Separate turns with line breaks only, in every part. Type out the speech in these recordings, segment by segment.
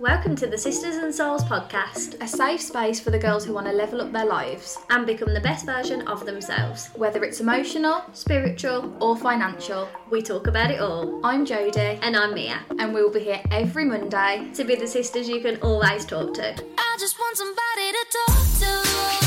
Welcome to the Sisters and Souls podcast
A safe space for the girls who want to level up their lives,
and become the best version of themselves.
whether it's emotional,
Spiritual,
or financial.
we talk about it all.
I'm Jodie,
And I'm Mia.
and we'll be here every Monday.
To be the sisters you can always talk to.
I just want somebody to talk to.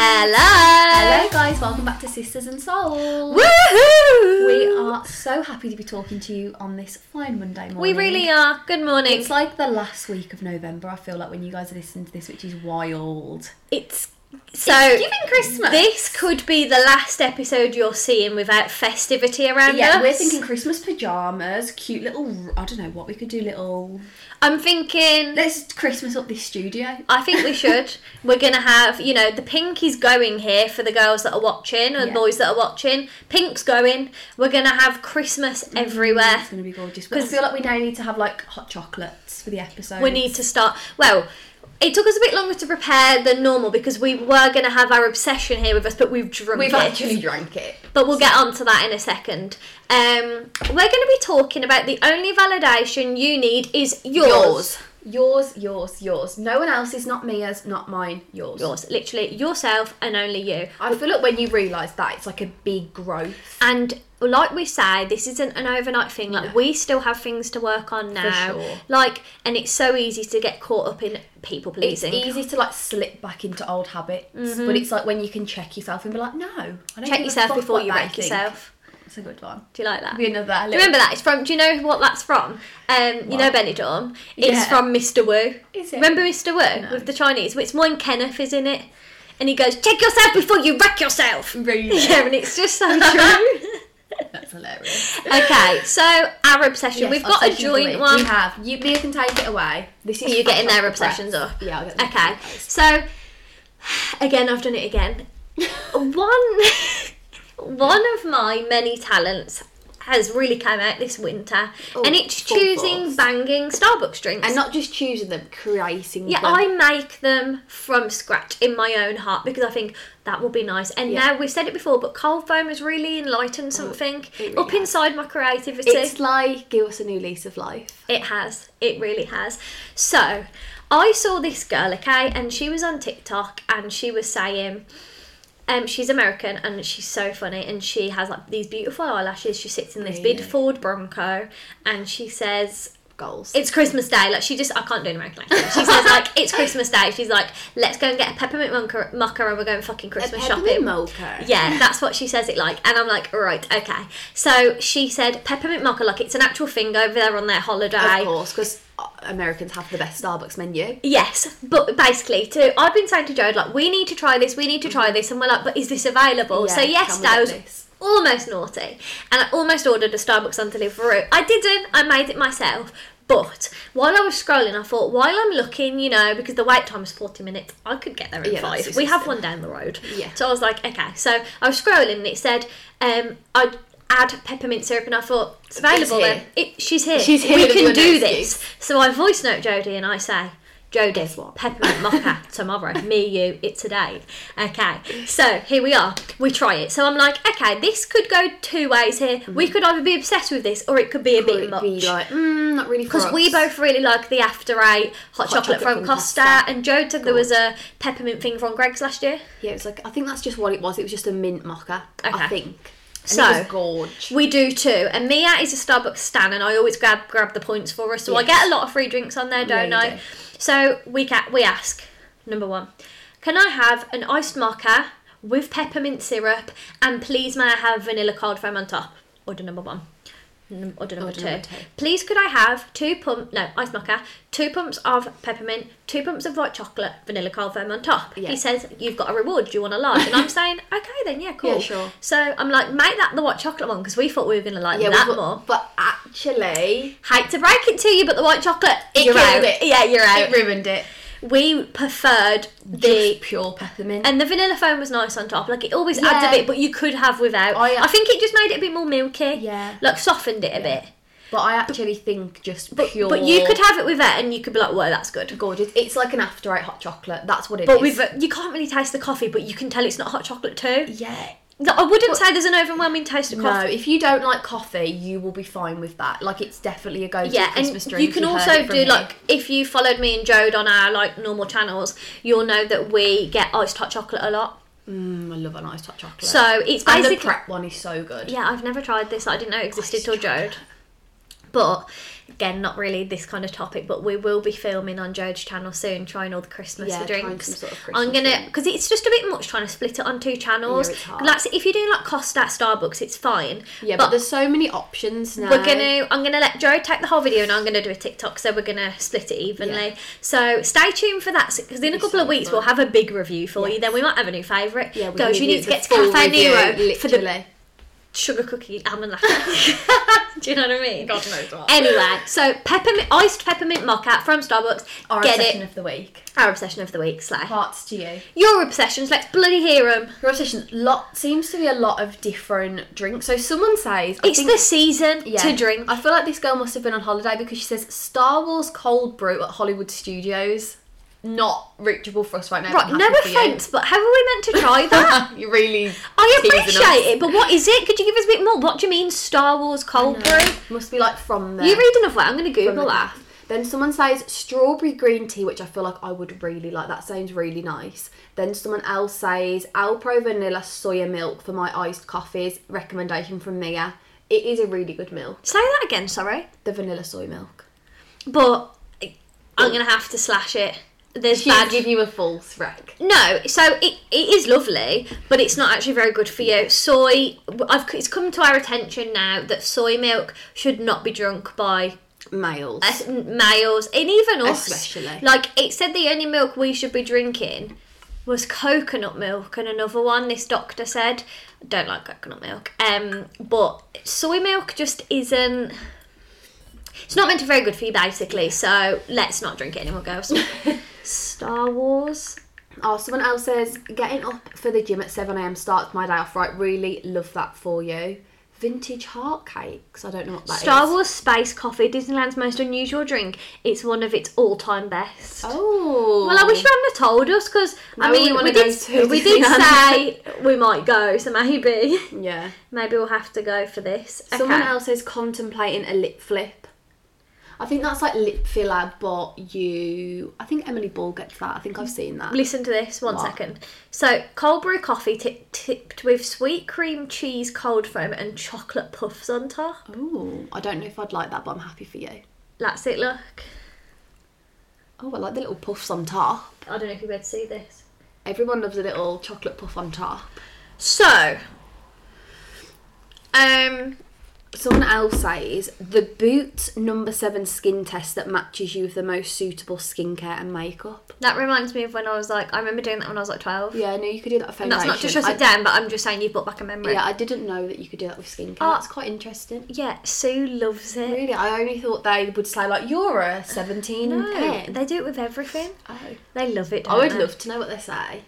Hello!
Hello, guys, welcome back to Sisters and Souls.
Woohoo!
We are so happy to be talking to you on this fine Monday morning.
We really are. Good morning.
It's like the last week of November, I feel like, when you guys listen to this, which is wild.
It's so
giving Christmas.
This could be the last episode you're seeing without festivity around
Yeah,
us.
we're thinking Christmas pyjamas, cute little, I don't know what we could do, little.
I'm thinking
Let's Christmas up this studio.
I think we should. We're gonna have, you know, the pink is going here for the girls that are watching or the
Yeah.
boys that are watching. Pink's going. We're gonna have Christmas everywhere.
It's going to be gorgeous. Mm. But I
'Cause-
feel like we now need to have like hot chocolates for the episode.
We need to start. Well, it took us a bit longer to prepare than normal because we were gonna have our obsession here with us, but we've drunk
We've
it.
actually drank it.
But we'll get onto that in a second. Um, we're going to be talking about the only validation you need is yours.
Yours, yours, yours. No one else's, not Mia's, not mine, yours.
Yours, literally yourself and only you.
I feel like when you realise that, it's like a big growth.
And like we say, this isn't an overnight thing. Like we still have things to work on now.
sure.
Like, and it's so easy to get caught up in people
It's
pleasing.
easy Mm-hmm. to like slip back into old habits, but it's like when you can check yourself and be like, no, I don't give
Check
a
yourself
fuck
before
what
you
they
wreck
think."
yourself.
It's a good one.
Do you like that?
Be another
Do you
little-
remember that? It's from. Do you know what that's from? Um, you know Benidorm. It's
Yeah.
from Mr. Wu.
Is it?
Remember Mr. Wu with the Chinese? It's one Kenneth, is in it? And he goes, "Check yourself before you wreck yourself."
Really?
Yeah, and it's just so true.
That's hilarious.
okay, so our obsession.
Yes,
We've got a
obsession of the
joint
week.
one.
We have. You, Mia can take it away. This is
You're getting
fresh
their
off the press.
obsessions up.
Yeah, I'll get them
Okay. So, again, I've done it again. one, one of my many talents has really come out this winter, and it's
Oh, full
choosing
force.
banging Starbucks drinks.
And not just choosing them, creating
yeah,
them.
I make them from scratch in my own heart because I think that will be nice. And
Yeah. Oh,
now we've said it before, but cold foam has really enlightened something
really
up
has.
inside my creativity.
It's like give us a new lease of life.
It has. It really has. So, I saw this girl, okay, and she was on TikTok and she was saying, um, she's American and she's so funny and she has like these beautiful eyelashes. She sits in this big Ford Bronco and she says,
Goals.
it's Christmas Day. Like she just, I can't do an American accent. She says like, it's Christmas Day. She's like, let's go and get a peppermint mocha, mocha and we're going fucking Christmas shopping.
mocha.
Yeah, that's what she says it like. And I'm like, right, okay. So she said peppermint mocha, like it's an actual thing over there on their holiday.
Of course, because Americans have the best Starbucks menu.
Yes, but basically, too, I've been saying to Jared, like, we need to try this, we need to try this, and we're like, but is this available?
Yeah,
so,
can we
yesterday I
get
was
this?
almost naughty, and I almost ordered a Starbucks on delivery. I didn't, I made it myself, But while I was scrolling, I thought, while I'm looking, you know, because the wait time is 40 minutes, I could get there in
Yeah, that's
five. We have
existing.
one down the road.
Yeah.
So I was like, okay. So I was scrolling and it said, um, I'd add peppermint syrup and I thought, it's available
here.
then. It, she's here.
She's here
We
with your
can do
next
this. So I voice note Jodie and I say, Jodie, what? Peppermint mocha tomorrow. Me, you, it today. Okay, so here we are. We try it. So I'm like, okay, this could go two ways here. We could either be obsessed with this or it could be a bit much.
Hmm. Be like, mm, not really. for
Because
us."
we both really like the after eight hot, chocolate,
chocolate
from
from
Costa,
Costa.
and Joe said there was a peppermint thing from Greg's last year.
Yeah, it's like I think that's just what it was. It was just a mint mocha.
Okay.
I think. And
So-
it was gorge.
We do too, and Mia is a Starbucks stan, and I always grab grab the points for us, so I
Yes.
get a lot of free drinks on there, don't
you
I?
do.
So we ca- we ask number one, can I have an iced mocha with peppermint syrup, and please may I have vanilla cold foam on top? Order number one. Num- Order number,
Order
two.
number two.
Please, could I have two pump no ice mocha, two pumps of peppermint, two pumps of white chocolate, vanilla cold foam on top.
Yeah.
He says you've got a reward. Do you want a large? And I'm saying okay then, yeah, cool.
Yeah, sure.
So I'm like, make that the white chocolate one because we thought we were gonna like
yeah,
that
but,
more.
but actually,
Hate to break it to you, but the white chocolate, it
You're
out.
out.
Yeah, you're out.
it ruined it.
we preferred the
Just pure peppermint.
and the vanilla foam was nice on top. Like it always adds
Yeah.
a bit, but you could have without.
I-
I think it just made it a bit more milky.
Yeah.
like softened it a bit.
but I actually think just
But
pure.
but you could have it without, and you could be like, whoa, that's good.
gorgeous. It's like an after eight hot chocolate. That's what it is.
But uh, with you can't really taste the coffee, but you can tell it's not hot chocolate too.
yeah.
No, I wouldn't say there's an overwhelming taste of
No,
coffee.
if you don't like coffee, you will be fine with that. Like it's definitely a go-to
yeah,
Christmas
and
drink.
you can
You've heard
also
it
do
from me.
like if you followed me and Jode on our like normal channels, you'll know that we get iced hot chocolate a lot.
Mm, I love an iced hot chocolate.
So it's
and
basically
the prep one is so good.
yeah, I've never tried this. I didn't know it existed till Jode. But again, not really this kind of topic. But we will be filming on Jode's channel soon, trying all the Christmas
Yeah, trying
drinks.
some sort of
I'm
Christmas
gonna
drink.
because it's just a bit much trying to split it on two channels.
Yeah, it's hard.
Like if you do like Costa at Starbucks, it's fine.
Yeah, but, there's so many options now.
We're gonna. I'm gonna let Joe take the whole video, and I'm gonna do a TikTok. So we're gonna split it evenly.
Yeah.
So stay tuned for that, because in a couple of
so
weeks
fun.
we'll have a big review for you.
Yes.
Then we might have a new favourite.
Yeah, we
Girls, you need
it's
to
a
get to
full
Cafe
review,
Nero for the
literally.
sugar cookie almond latte. Do you know what I mean?
God knows what.
Anyway, so peppermint iced peppermint mocha from Starbucks.
Our
Get
obsession
it?
of the week.
Our obsession of the week, Slay.
Hearts to you.
Your obsessions. Let's bloody hear them.
Your obsession. Lot seems to be a lot of different drinks. So someone says I
It's
think-
the season
Yeah.
to drink.
I feel like this girl must have been on holiday because she says Star Wars cold brew at Hollywood Studios. Not reachable for us right now.
Right,
I'm
no
happy for you.
offense, but how are we meant to try that?
you really.
I
teasing
appreciate it, but what is it? Could you give us a bit more? What do you mean, Star Wars cold brew?
us. Must be like from there.
You read enough that. I'm going to
from the
Google that.
cup. Then someone says strawberry green tea, which I feel like I would really like. That sounds really nice. Then someone else says Alpro vanilla soya milk for my iced coffees. Recommendation from Mia. It is a really good milk.
Say that again, sorry.
The vanilla soy milk.
But I'm going to have to slash it. There's
She'll
bad.
give you a false rec.
No, so it, it is lovely, but it's not actually very good for you. Soy, I've, it's come to our attention now that soy milk should not be drunk by
Males.
us- males and even us.
Especially.
Like, it said the only milk we should be drinking was coconut milk and another one this doctor said I don't like coconut milk um but soy milk just isn't it's not meant to be very good for you basically so let's not drink it anymore girls Star Wars
Oh, someone else says getting up for the gym at 7am starts my day off right. Really love that for you. Vintage heart cakes. I don't know what that is.
Star Wars Space Coffee, Disneyland's most unusual drink, it's one of its all-time best.
Oh.
Well, I wish you hadn't have told us because I
Now we
mean, we,
wanna go to
did, we did say
Disneyland.
we might go, so maybe
Yeah.
maybe we'll have to go for this.
Someone
Okay.
else is contemplating a lip flip. I think that's like lip filler, but you. I think Emily Ball gets that. I think I've seen that.
Listen to this one
What?
second. So, cold brew coffee ti- tipped with sweet cream cheese, cold foam, and chocolate puffs on top.
Ooh, I don't know if I'd like that, but I'm happy for you.
That's it. Look,
Oh, I like the little puffs on top.
I don't know if you'll be able to see this.
Everyone loves a little chocolate puff on top.
So, um,
someone else says the Boots number seven skin test that matches you with the most suitable skincare and makeup.
That reminds me of when I was like, I remember doing that when I was like 12.
Yeah, I knew you could do that with
And
foundation.
that's not to shut
I-
it down, but I'm just saying you brought back a memory.
Yeah, I didn't know that you could do that with skincare.
Oh.
That's quite interesting.
Yeah, Sue loves it.
Really, I only thought they would say like you're a seventeen
No,
pen.
they do it with everything.
Oh.
They love it.
I would
don't
love to know what they say.
they?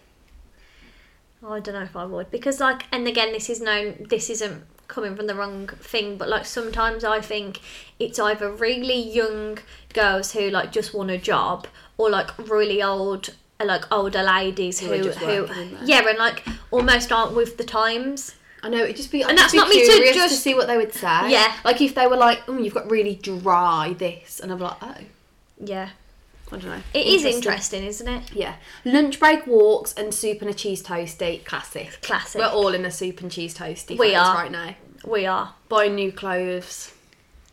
I don't know if I would because, like, and again, this is known. This isn't coming from the wrong thing, but like sometimes I think it's either really young girls who like just want a job, or like really old, uh, like older ladies who,
Who are just
who,
working in there.
yeah, and like almost aren't with the times.
I know it'd just be. I'd
And
just
that's
be
not me to
curious to
just-
see what they would say.
Yeah.
like if they were like, "Mm, you've got really dry this," and I'm like, "Oh,
Yeah,
I don't know."
it is interesting, isn't it?
Yeah, lunch break walks and soup and a cheese toasty, classic.
Classic.
We're all in a soup and cheese toasty.
We
phase
are.
right now.
We are.
Buy new clothes.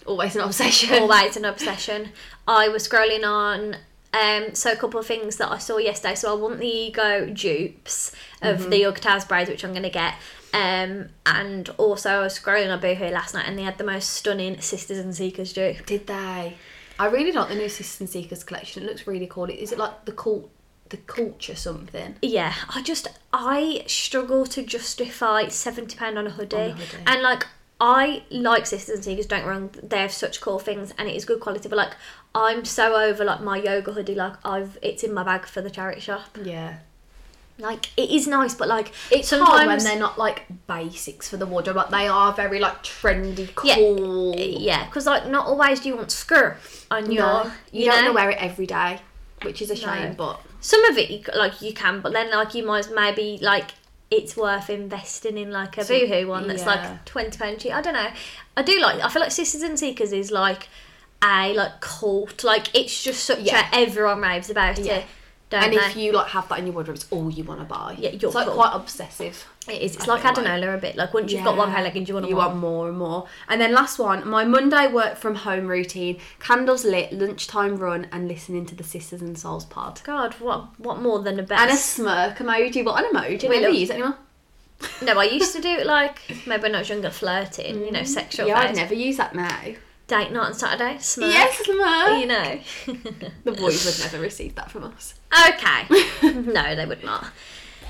Always an obsession.
always an obsession. I was scrolling on. Um, so a couple of things that I saw yesterday. So I want the ego dupes of the Ugg braids, which I'm going to get. Um, and also I was scrolling on Boohoo last night, and they had the most stunning Sisters and Seekers dupe.
Did they? I really like the new Sisters and Seekers collection. It looks really cool. Is it like the cult, the culture something?
Yeah, I just I struggle to justify seventy pound on a hoodie.
hoodie.
and like I like Sisters and Seekers. Don't get me wrong, they have such cool things, and it is good quality. But like I'm so over like my yoga hoodie. Like I've it's in my bag for the charity shop.
Yeah.
Like it is nice, but like
It's
sometimes
hard when they're not like basics for the wardrobe. Like they are very like trendy,
yeah,
cool.
yeah, because like not always do you want skirt on your
No, you,
you,
don't
know?
want to wear it every day, which is a shame. But
Some of it you c- like you can, but then like you might maybe like it's worth investing in like a boohoo one that's
yeah.
like twenty pound cheap. I don't know. I do like. I feel like Sisters and Seekers is like a like cult. Like it's just such
Yeah.
a everyone raves about
Yeah.
it. Don't
and
they?
if you like have that in your wardrobe, it's all you want to buy.
Yeah, you're
it's like
cool.
quite obsessive.
it is. It's
I
like
feel
Adenola a bit. Like once you've got one pair leggings, you want to
you want more and more. And then last one, my Monday work from home routine: candles lit, lunchtime run, and listening to the Sisters and Souls pod.
God, what what more than a
And a
best?
smirk emoji. What an emoji?
We
Never
love-
use it anymore.
No, I used to do it like maybe when I was younger, flirting, you know, sexual.
Mm. Yeah, I'd
phase.
never use that now.
Date night on Saturday, smirk.
Yes, smirk.
You know.
The boys would never receive that from us.
okay. no, they would not.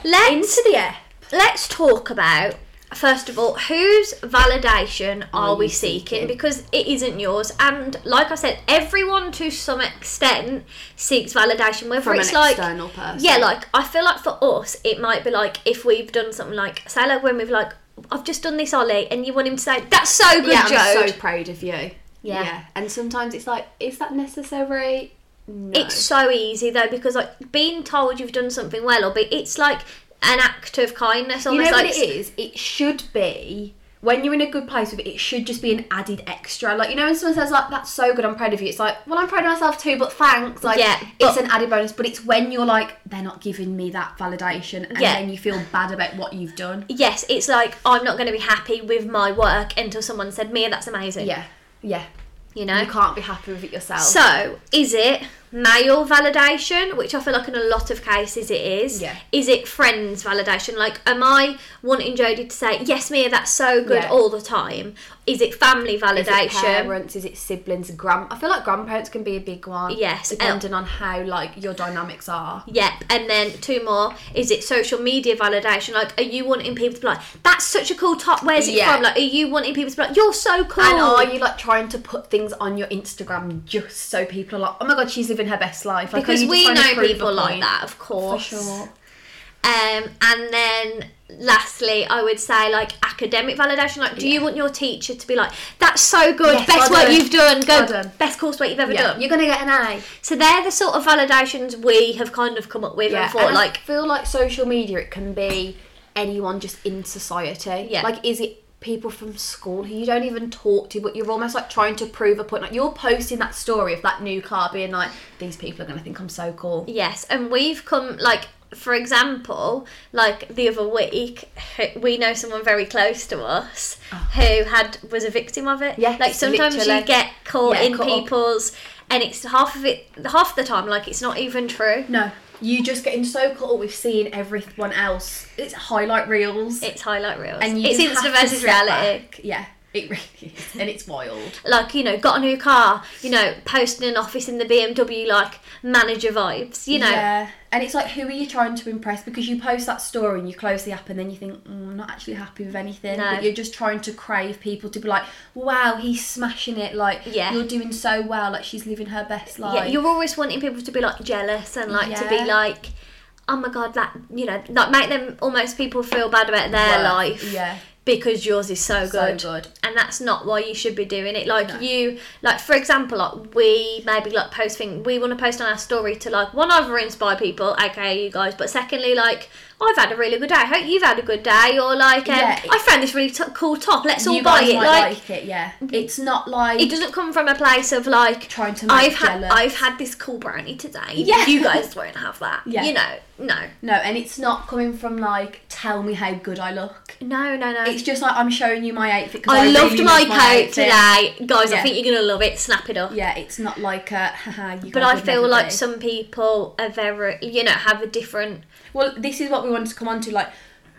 Let's
Into the air.
let's talk about first of all whose validation are, we
you
seeking?
seeking?
because it isn't yours and like i said everyone to some extent seeks validation whether
From an
it's like
external person.
yeah like i feel like for us it might be like if we've done something like say like when we've like i've just done this ollie and you want him to say that's so good
yeah, I'm
Jode."
so proud of you. Yeah. And sometimes it's like, is that necessary? No.
It's so easy though because like being told you've done something well or be it's like an act of kindness
you
almost
know what
like
it is? It should be when you're in a good place with it. It should just be an added extra. Like you know, when someone says like, "That's so good, I'm proud of you," it's like, "Well, I'm proud of myself too, but thanks." Like,
Yeah,
it's
but-
an added bonus. But it's when you're like, "They're not giving me that validation," and
Yeah.
then you feel bad about what you've done.
yes, it's like I'm not going to be happy with my work until someone said, "Mia, that's amazing."
Yeah, yeah.
you know.
You can't be happy with it yourself.
So, is it male validation, which I feel like in a lot of cases it is?
Yeah.
Is it friends validation? Like, am I wanting Jodie to say, "Yes, Mia, that's so good"
Yeah.
all the time? Is it family
is it
validation?
parents? Is it siblings? Grand? I feel like grandparents can be a big one.
Yes, uh, and-
depending on how like your dynamics are.
Yep, and then two more. Is it social media validation? Like, are you wanting people to be like, "That's such a cool top. Where's it
Yeah.
from?" Like, are you wanting people to be like, "You're so cool"?
And are you like trying to put things on your Instagram just so people are like, oh my god, she's living her best life? Like, are
because
you just
we
trying to
know
prove a
people like
point?
that, of
For
course.
sure.
Um, and then lastly, I would say like academic validation. Like, do you want your teacher to be like, "That's so good,
Yes,
best
well
work
done.
you've done, go
Well done."
best coursework you've ever done."
You're gonna get an A.
so they're the sort of validations we have kind of come up with and thought
and
like,
I feel like social media, it can be anyone just in society.
Yeah.
Like, is it people from school who you don't even talk to, but you're almost like trying to prove a point? Like, you're posting that story of that new car, being like, these people are gonna think I'm so cool.
Yes, and we've come like for example, like the other week, h- we know someone very close to us who had was a victim of it.
Oh. Yes,
like sometimes
literally.
you get caught
Yeah,
in
caught up.
people's, and it's half of it, half the time, like it's not even true.
No, you just getting so caught up with seeing everyone else. It's highlight reels.
It's highlight reels.
and you
it's
just
instant
have to
versus
step
reality.
back. Yeah, It really is. And it's wild.
Like, you know, got a new car, you know, posting an office in the BMW, like manager vibes, you know.
Yeah. And it's like, who are you trying to impress? Because you post that story and you close the app and then you think, mm, I'm not actually happy with anything.
No.
But you're just trying to crave people to be like, wow, he's smashing it. Like,
Yeah.
you're doing so well. Like, she's living her best life.
Yeah, you're always wanting people to be like jealous and like to be
Yeah.
like, oh my god, that you know, like make them almost people feel bad about their
Worth,
life.
yeah.
Because yours is so
So
good.
good.
And that's not why you should be doing it. Like you like for example, like we maybe like post thing we want to post on our story to like one over inspire people, okay you guys, but secondly like I've had a really good day. I hope you've had a good day. Or like, um,
Yeah.
I found this really t- cool top. Let's all
You
buy
guys
it.
might
Like, mm-hmm.
like it, yeah. It's not like
it doesn't come from a place of like
Trying to make
I've had
jealous.
I've had this cool brownie today.
Yeah.
You guys won't have that.
Yeah.
You know, no.
No, and it's not coming from like, tell me how good I look.
No, no, no.
It's just like I'm showing you my outfit. 'cause
I, loved
really
my
love
coat
outfit.
today. Guys, I
Yeah.
think you're gonna love it. Snap it up.
Yeah, it's not like a haha. You
But
guys
I
would
feel
never
like
do."
some people are very you know, have a different
Well, this is what we wanted to come on to. Like,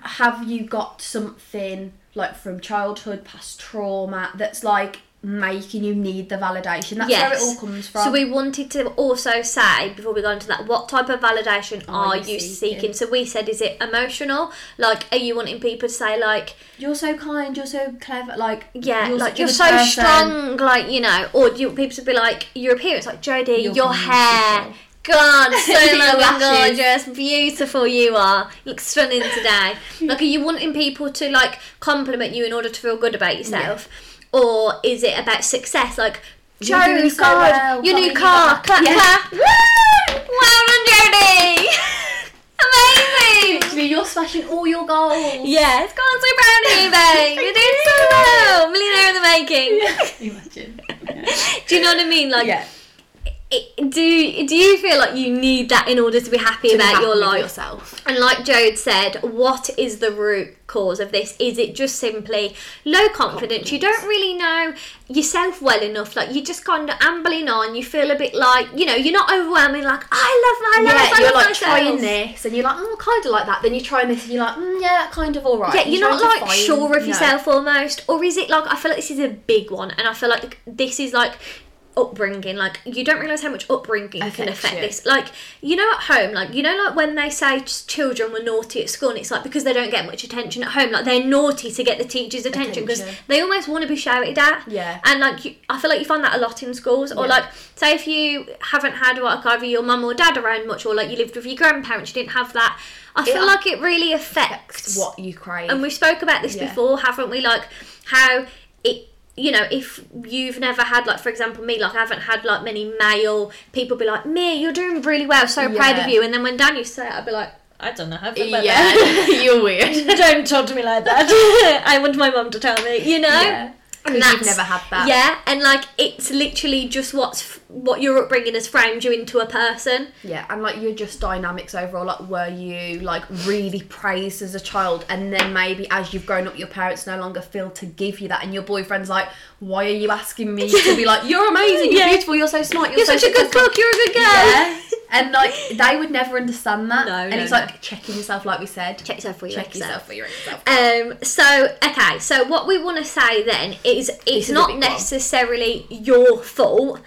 have you got something like from childhood, past trauma that's like making you need the validation? That's
yes.
where it all comes from.
So we wanted to also say before we go into that, what type of validation are,
you
you
seeking?
seeking? So we said is it emotional? Like are you wanting people to say like
you're so kind. You're so clever. Like
Yeah,
such
like
a
you're
good
so
person.
strong, like you know, or you, people would be like your appearance, like Jodie, your,
You're
hair,
beautiful.
God, so
Your
long and
lashes.
gorgeous, beautiful you are, you look stunning today. like, are you wanting people to like compliment you in order to feel good about yourself, or is it about success? Like,
You're doing
Jodie,
so
God,
well,
your
God,
new
you
car,
got
clap,
that. Yeah.
clap, woo, well done, Jodie, amazing.
Literally, You're smashing all your goals.
Yes, go on, so proud of you, babe. You're doing so well. Millionaire in the making.
Imagine.
Do you know what I mean? Like,
Yeah.
it, do do you feel like you need that in order to be happy about
happy
your
with
life?
yourself.
And like Jode said, what is the root cause of this? Is it just simply low confidence? You don't really know yourself well enough. Like you're just kind of ambling on. You feel a bit like you know you're not overwhelming. Like I love my life.
Yeah,
I
you're
love
like
myself.
trying this, and you're like, mm, kind of like that. Then you try this, and you're like, mm, yeah, kind of alright.
Yeah, you're not
trying to
like
find-
sure of
No.
yourself almost, or is it like I feel like this is a big one, and I feel like this is like upbringing. Like you don't realize how much upbringing can
Affects
affect
you.
this. Like you know at home, like you know like when they say ch- children were naughty at school, and it's like because they don't get much attention at home, like they're naughty to get the teachers' attention because
Attention.
they almost want to be shouted at.
Yeah.
and like you, I feel like you find that a lot in schools, or like say if you haven't had like either your mum or dad around much, or like you lived with your grandparents, you didn't have that. I feel like it really affects
What you crave.
and we spoke about this
Yeah.
before haven't we like how it you know if you've never had like for example me like i haven't had like many male people be like mia you're doing really well so proud of
Yeah.
you and then when dan used to say it i'd be like i don't know how to about
yeah,
that
you're weird.
don't talk to me like that i want my mum to tell me you know
Yeah.
And
Because you've
that's-
never had that.
Yeah, and like it's literally just what's f- what your upbringing has framed you into a person.
Yeah, and like your just dynamics overall, like were you like really praised as a child, and then maybe as you've grown up, your parents no longer feel to give you that, and your boyfriend's like, "Why are you asking me to be like, you're amazing, you're
Yeah.
beautiful, you're so smart, you're,
You're
so
such a good
successful."
cook. You're a good girl.
Yeah, and like they would never understand that,
No,
and
no,
it's
no.
like checking yourself, like we said,
Check yourself for your
check yourself for your own self.
Um, so okay, so what we want to say then is it's
is a
not
big one.
necessarily your fault,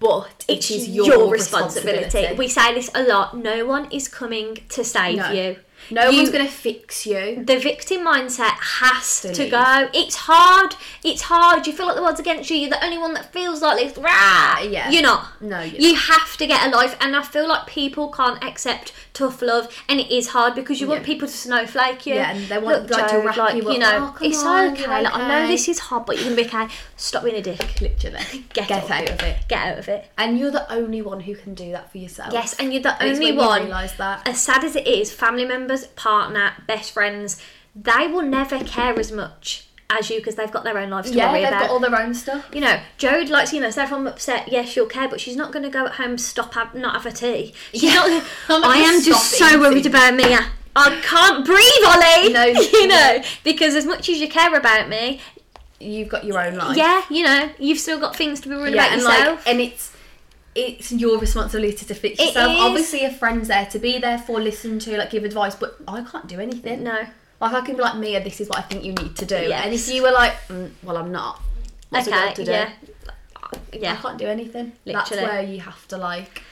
but
it's
it is
your, responsibility. We say this a lot. No one is coming to save
No.
you.
no
You-
one's gonna fix you.
The victim mindset has to,
leave.
go. It's hard. It's hard. You feel like the world's against you. You're the only one that feels like this. Rah!
Yeah.
You're not.
No, you're
you have to get a life, and I feel like people can't accept tough love, and it is hard because you want people to snowflake you.
Yeah, and they want, like, to wrap you up.
know,
Oh, come
it's
on,
okay.
you're
Like, I know
okay."
this is hard, but you're gonna be okay. Stop being a dick.
Literally,
Get,
Get out of it.
Get out of it.
and you're the only one who can do that for yourself.
Yes, and you're the
And it's
only
when you
one.
realise that.
As sad as it is, family members, partner, best friends, they will never care as much as you because they've got their own lives to
yeah,
worry
they've
about.
got all their own stuff.
you know, Jode likes, you know, so if I'm upset, yes, she'll care, but she's not going to go at home, stop, have, not have a tea. She's not gonna-
I'm not
I
gonna
am just
stop
so worried
eating.
about Mia. I can't breathe, Ollie!
No,
you
no.
know, because as much as you care about me,
You've got your own life.
yeah, you know, you've still got things to be worried about
and
yourself.
like, and it's it's your responsibility to fix
It
yourself.
is.
Obviously, a friend's there to be there for, listen to, like give advice, but I can't do anything.
no.
Like I can be like Mia, this is what I think you need to do.
Yes.
And if you were like, mm, well, I'm not. What's a girl
okay,
to do?
yeah,
I
yeah.
can't do anything.
Literally.
That's where you have to like.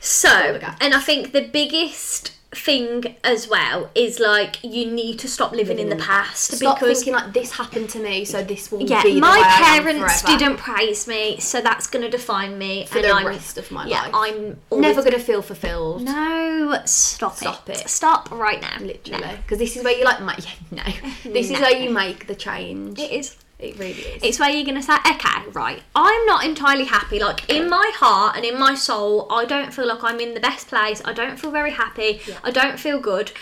So,
the gap.
and I think the biggest thing as well is like you need to stop living in the past
Mm. Stop
because
thinking like this happened to me, so this will
yeah,
be the way
my
I am
parents
forever.
didn't praise me, so that's going to define me
for
and
the
I'm,
rest of my
yeah,
life.
I'm
never
always-
gonna feel fulfilled.
No, stop,
Stop
it.
it.
Stop right now.
Literally,
No.
because this is where you like, make, yeah, no. This is where you make the change.
It is
It really is.
It's where you're going to say, okay, right, I'm not entirely happy. Like, in my heart and in my soul, I don't feel like I'm in the best place. I don't feel very happy. I don't feel good.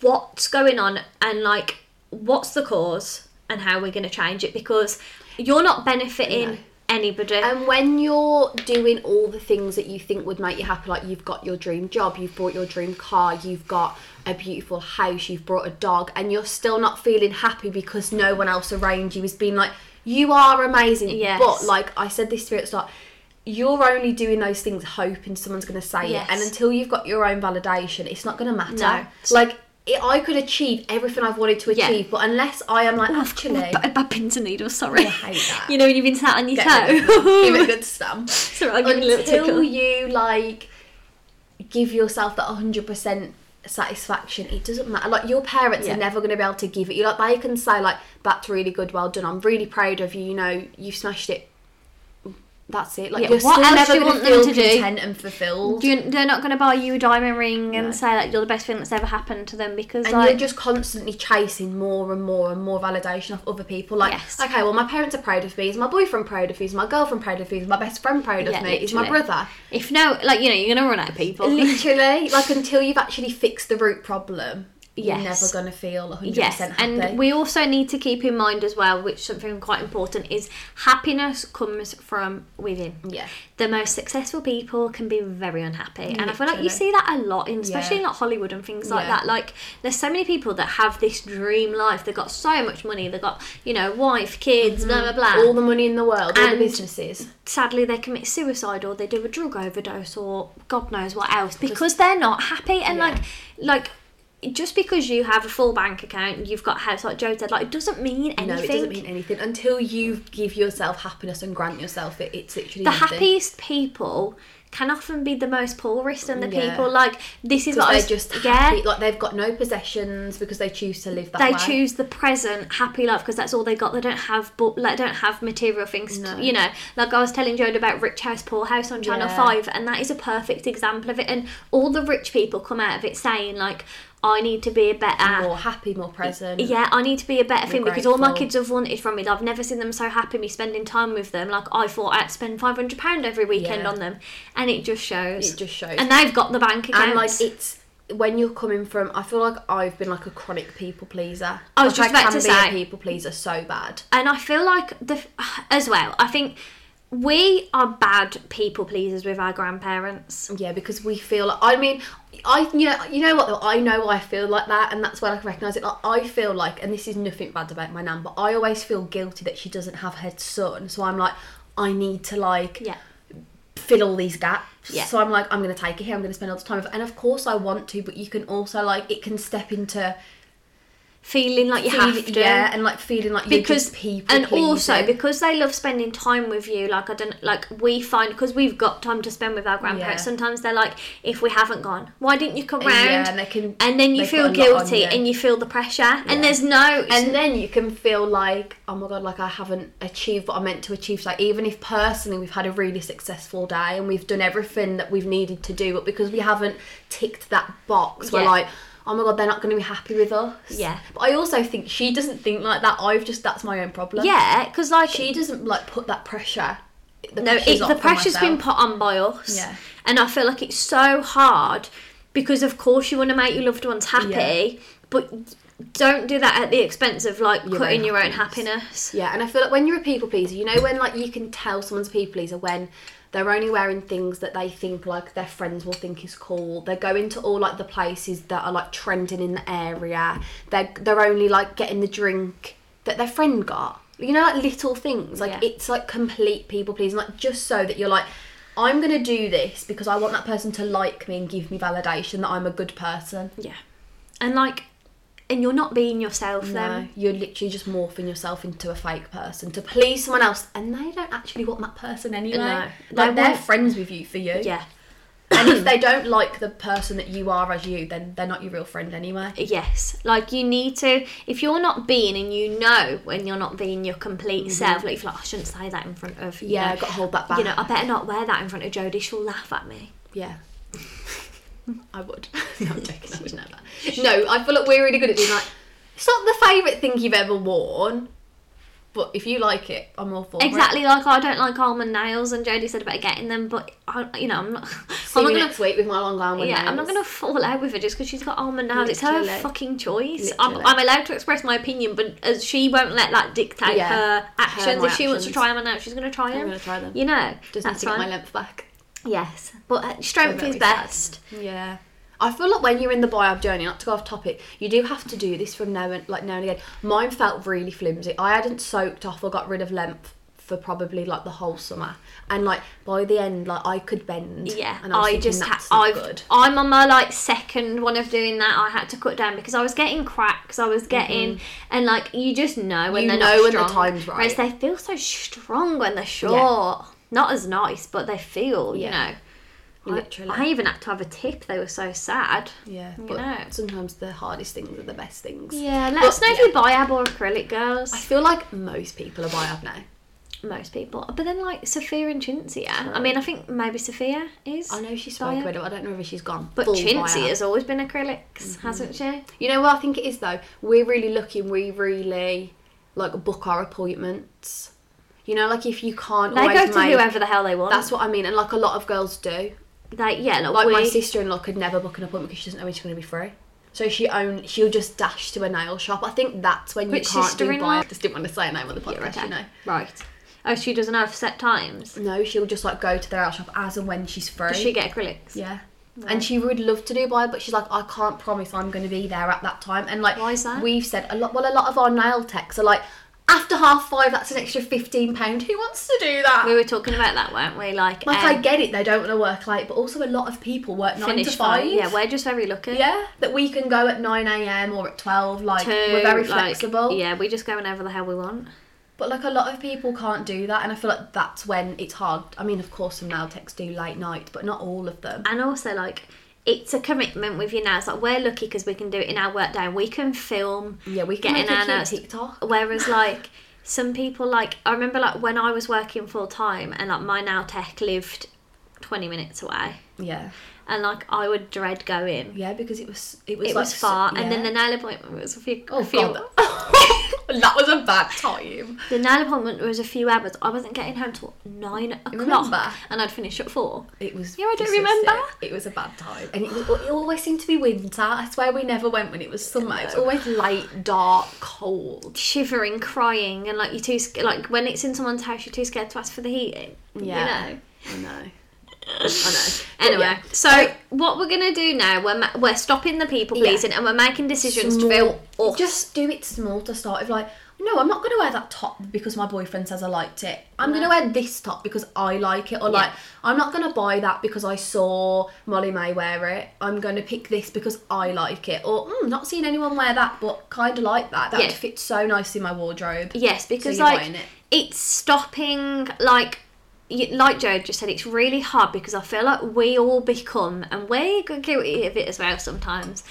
What's going on? And, like, what's the cause? And how we're going to change it? Because you're not benefiting anybody.
And when you're doing all the things that you think would make you happy, like you've got your dream job, you've bought your dream car, you've got a beautiful house, you've brought a dog, and you're still not feeling happy because no one else around you has been like, you are amazing.
Yes.
But like I said this to you at the start, you're only doing those things hoping someone's going to say
Yes.
it. And until you've got your own validation, it's not going to
No.
matter. Like, it, I could achieve everything I've wanted to
Yeah. Oh,
achieve, but unless I am like, actually,
B- bad pins and needles, sorry.
I hate that.
You know, when you've been sat on your
Get rid of
toe.
them. give it a good stamp.
Sorry, I'll give you a little tickle.
Until you like give yourself that hundred percent satisfaction, it doesn't matter. Like your parents
Yeah.
are never going to be able to give it you. Like they can say like, "That's really good, well done. I'm really proud of you. You know, you've smashed it." That's it. Like
Yeah,
you're
what
still
else
never
do you
going
want
to
them
feel
to do?
content and fulfilled.
You- they're not going to buy you a diamond ring and say that you're the best thing that's ever happened to them because
and
like,
you're just constantly chasing more and more and more validation off other people. Like,
Yes.
okay, well, my parents are proud of me. Is my boyfriend proud of me? Is my girlfriend proud of me? Is my best friend proud of
Yeah,
me? Is my
literally.
brother?
if no, like you know, you're going to run out of people.
Literally, like until you've actually fixed the root problem, you're never
Yes.
gonna feel 100%
Yes,
happy.
and we also need to keep in mind as well, which something quite important is happiness comes from within.
Yeah.
The most successful people can be very unhappy, and I feel like you
Literally.
see that a lot, in, especially in like Hollywood and things like
Yeah.
that. Like, there's so many people that have this dream life. They've got so much money. They've got you know wife, kids, blah blah blah.
Mm-hmm. all the money in the world, all the
And-
businesses.
sadly they commit suicide or they do a drug overdose or god knows what else because they're not happy and like like just because you have a full bank account you've got a house like joe said like it doesn't mean anything
No, it doesn't mean anything until you give yourself happiness and grant yourself it. It's literally
the
nothing.
happiest people can often be the most poorest and the
Yeah.
people like this is
'Cause
what I
they're
was-
just happy.
yeah
Like they've got no possessions because they choose to live that
they
way.
choose the present happy life because that's all they got. They don't have but like don't have material things. to- you know, like I was telling Joan about Rich House Poor House on Channel
Yeah.
Five, and that is a perfect example of it. And all the rich people come out of it saying like, "I need to be a better."
more happy, more present.
yeah, I need to be a better thing because all my
grateful.
kids have wanted from me. I've never seen them so happy. Me spending time with them, like I thought I'd spend five hundred pound every weekend
Yeah.
on them, and it just shows.
It just shows.
And they've got the bank account.
and like it's when you're coming from i feel like i've been like a chronic people pleaser
I was
Like,
just about
can
to
be
say.
a people pleaser so bad
and I feel like the as well. I think we are bad people pleasers with our grandparents.
Yeah, because we feel. Like, I mean, I you know you know what though I know I feel like that, and that's where I can recognise it. Like I feel like, and this is nothing bad about my nan, but I always feel guilty that she doesn't have her son. So I'm like, I need to like
Yeah.
fill all these gaps.
Yeah.
So I'm like, I'm gonna take it here. I'm gonna spend all the time with, it. and of course I want to, but you can also like it can step into
Feeling like you have to.
yeah, and like feeling like you're
because
just people
and also
pleasing.
because they love spending time with you like i don't like we find because we've got time to spend with our grandparents
Yeah.
sometimes they're like if we haven't gone why didn't you come round
Yeah, and they can-
And then you
they've
feel
got a lot on
guilty
you.
and you feel the pressure and there's no
and then you can feel like oh my god like i haven't achieved what i meant to achieve so like even if personally we've had a really successful day and we've done everything that we've needed to do but because we haven't ticked that box we're
Yeah.
like oh my god they're not going to be happy with us
Yeah.
but i also think she doesn't think like that i've just that's my own problem
yeah because like
she doesn't like put that pressure the
No,
pressure's
it,
off
the
on
pressure's been
myself.
put on by us.
Yeah.
And I feel like it's so hard because, of course, you want to make your loved ones happy, but don't do that at the expense of like cutting
own
your own happiness.
Yeah, and I feel like when you're a people pleaser, you know when like you can tell someone's a people pleaser when they're only wearing things that they think like their friends will think is cool. They're going to all like the places that are like trending in the area. They're they're only like getting the drink that their friend got. You know, like little things. Like
Yeah.
it's like complete people pleasing, like just so that you're like I'm gonna do this because I want that person to like me and give me validation that I'm a good person.
Yeah. And like, and you're not being yourself
No,
then.
you're literally just morphing yourself into a fake person to please someone else, and they don't actually want that person anyway.
No.
like
They
they're
want-
friends with you for you.
Yeah.
and if they don't like the person that you are as you, then they're not your real friend anyway.
Yes, like you need to. If you're not being, and you know when you're not being your complete self, like if like, I shouldn't say that in front of you
Mm-hmm. Yeah,
know,
gotta hold that back.
You know, I better not wear that in front of Jodie. She'll laugh at me.
Yeah. I would. No, I'm joking. I would never. No, I feel like we're really good at being like, it's not the favourite thing you've ever worn, but if you like it, I'm all for
Exactly like I don't like almond nails, and Jodie said about getting them, but I, you know, I'm not.
it.
I'm not
See you
gonna.
next week with my long arm.
Yeah, I'm not gonna fall out with her just because she's got almond nails. It's her
Literally.
fucking choice. I'm,
Literally.
I'm allowed to express my opinion, but as she won't let that dictate
Yeah,
her
her
actions. if she
my
wants to
actions.
try them now, she's gonna try them.
gonna try them.
You know,
Just need
that's
to get my
fine.
length back.
Yes, but uh, strength
They're
is
very
best.
Yeah. I feel like when you're in the buy-up journey, not to go off topic, you do have to do this from now and like now and again. Mine felt really flimsy. I hadn't soaked off or got rid of length for probably like the whole summer, and like by the end, like I could bend.
Yeah,
and
I,
was thinking,
just ha-
"That's not
I've
good."
I'm on my like second one of doing that. I had to cut down because I was getting cracks. I was getting and like you just know when
Mm-hmm. You
they're
know
not
when the
strong.
time's
Whereas
right.
they feel so strong when they're short. Not as nice, but they feel
Yeah.
you know. I-
Literally.
I, even had to have a tip. They were so sad.
Yeah,
you
but
know.
sometimes the hardest things are the best things.
Yeah, let
But-
us know if you buy ab or acrylic, girls.
I feel like most people are buy-up now.
Most people, but then like Sophia and Chintzia. I mean, I think maybe Sophia is.
I know she
buy
spoke
up.
about it. I don't know if she's gone.
But
full
Chintzy
buy-up.
has always been acrylics, hasn't she?
You know what I think it is though? We're really lucky and we really like book our appointments. You know, like if you can't
They
always
go to
make
whoever the hell they want.
that's what I mean, and like a lot of girls do.
Like yeah, like,
Like
we,
my sister in law could never book an appointment because she doesn't know when she's gonna be free. So she own she'll just dash to a nail shop. I think that's when
Which
you can't do
sister-in-law?
buy. I just didn't want to say her name on the podcast, you know.
Right. Oh, she doesn't have set times.
No, she'll just like go to the nail shop as and when she's free.
Does she get acrylics?
Yeah. And she would love to do buy, but she's like, I can't promise I'm going to be there at that time. And like,
Why is that?
We've said a lot. Well, a lot of our nail techs are like, after half five, that's an extra fifteen pound. Who wants to do that?
We were talking about that, weren't we? Like,
like,
um,
I get it, they don't want to work late, but also a lot of people work nine
finish
to five.
Yeah, we're just very lucky.
yeah. That we can go at nine a.m. or at twelve. Like,
Two,
we're very
like,
flexible.
yeah, we just go whenever the hell we want.
But like a lot of people can't do that, and I feel like that's when it's hard. I mean, of course, some nail techs do late night, but not all of them.
And also, like, it's a commitment with your nails. Like, we're lucky because we can do it in our work day. We can film.
Yeah, we can
get in
make a
our
cute
nails.
TikTok.
Whereas, like, some people, like, I remember, like, when I was working full time and, like, my nail tech lived 20 minutes away.
Yeah.
And, like, I would dread going.
Yeah, because it was it was
it
like
was far, and then the
yeah.
nail appointment was a few. a
Oh,
few
God. that was a bad time.
the nail appointment was a few hours. I wasn't getting home till nine o'clock,
remember?
and I'd finish at four.
It was.
Yeah, I don't
disgusting.
remember.
It was a bad time, and it, was, it always seemed to be winter. I swear we never went when it was summer. It's always late, dark, cold.
Shivering, crying, and like you're too sc- like when it's in someone's house, you're too scared to ask for the heating.
Yeah.
You know.
I know. I know.
Anyway,
Yeah.
so what we're gonna do now? We're ma- we're stopping the people
Yeah.
pleasing, and we're making decisions
Small-
to feel us.
Just do it small to start with. Like, no, I'm not going to wear that top because my boyfriend says I liked it. I'm going to wear this top because I like it. Or, like, I'm not going to buy that because I saw Molly May wear it. I'm going to pick this because I like it. Or, mm, not seen anyone wear that, but kind of like that. That
Yeah.
would fit so nicely in my wardrobe.
Yes, because
you're
like
buying it.
it's stopping like y- like Joe just said, it's really hard because I feel like we all become and we're guilty of it as well sometimes,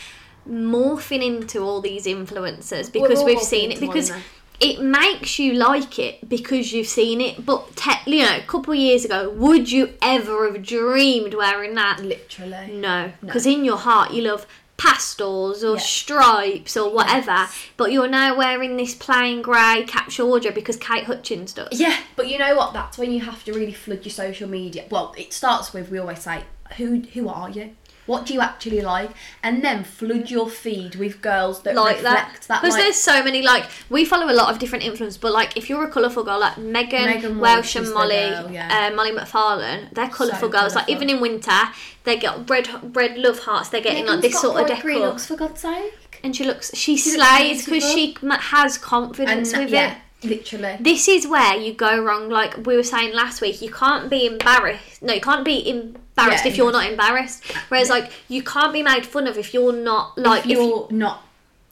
morphing into all these influencers because
all
we've
morphing
seen it
into one
because
now.
it makes you like it because you've seen it. But te- you know, a couple of years ago, would you ever have dreamed wearing that?
Literally.
No, because in your heart you love pastels or stripes or whatever, but you're now wearing this plain grey capsule wardrobe because Kate Hutchins does.
Yeah, but you know what? That's when you have to really flood your social media. Well, it starts with we always say, who who are you? What do you actually like? And then flood your feed with girls that
Like that,
reflect that.
because
like-
there's so many. Like we follow a lot of different influencers, but like if you're a colourful girl, like Megan,
Megan
Welsh
Welsh
and
is the
Molly,
girl, yeah.
uh, Molly McFarlane, they're colourful girls. Like
colourful.
even in winter, they get red, red love hearts. They're getting like this
Megan's got
sort of
bright
decor.
green looks for God's sake.
and she looks, she, slays because
beautiful.
she m- has confidence with it.
yeah, literally.
this is where you go wrong. Like we were saying last week, you can't be embarrassed. No, you can't be embarrassed
Yeah,
if you're not embarrassed. Whereas, like, you can't be made fun of if you're not like
if you're not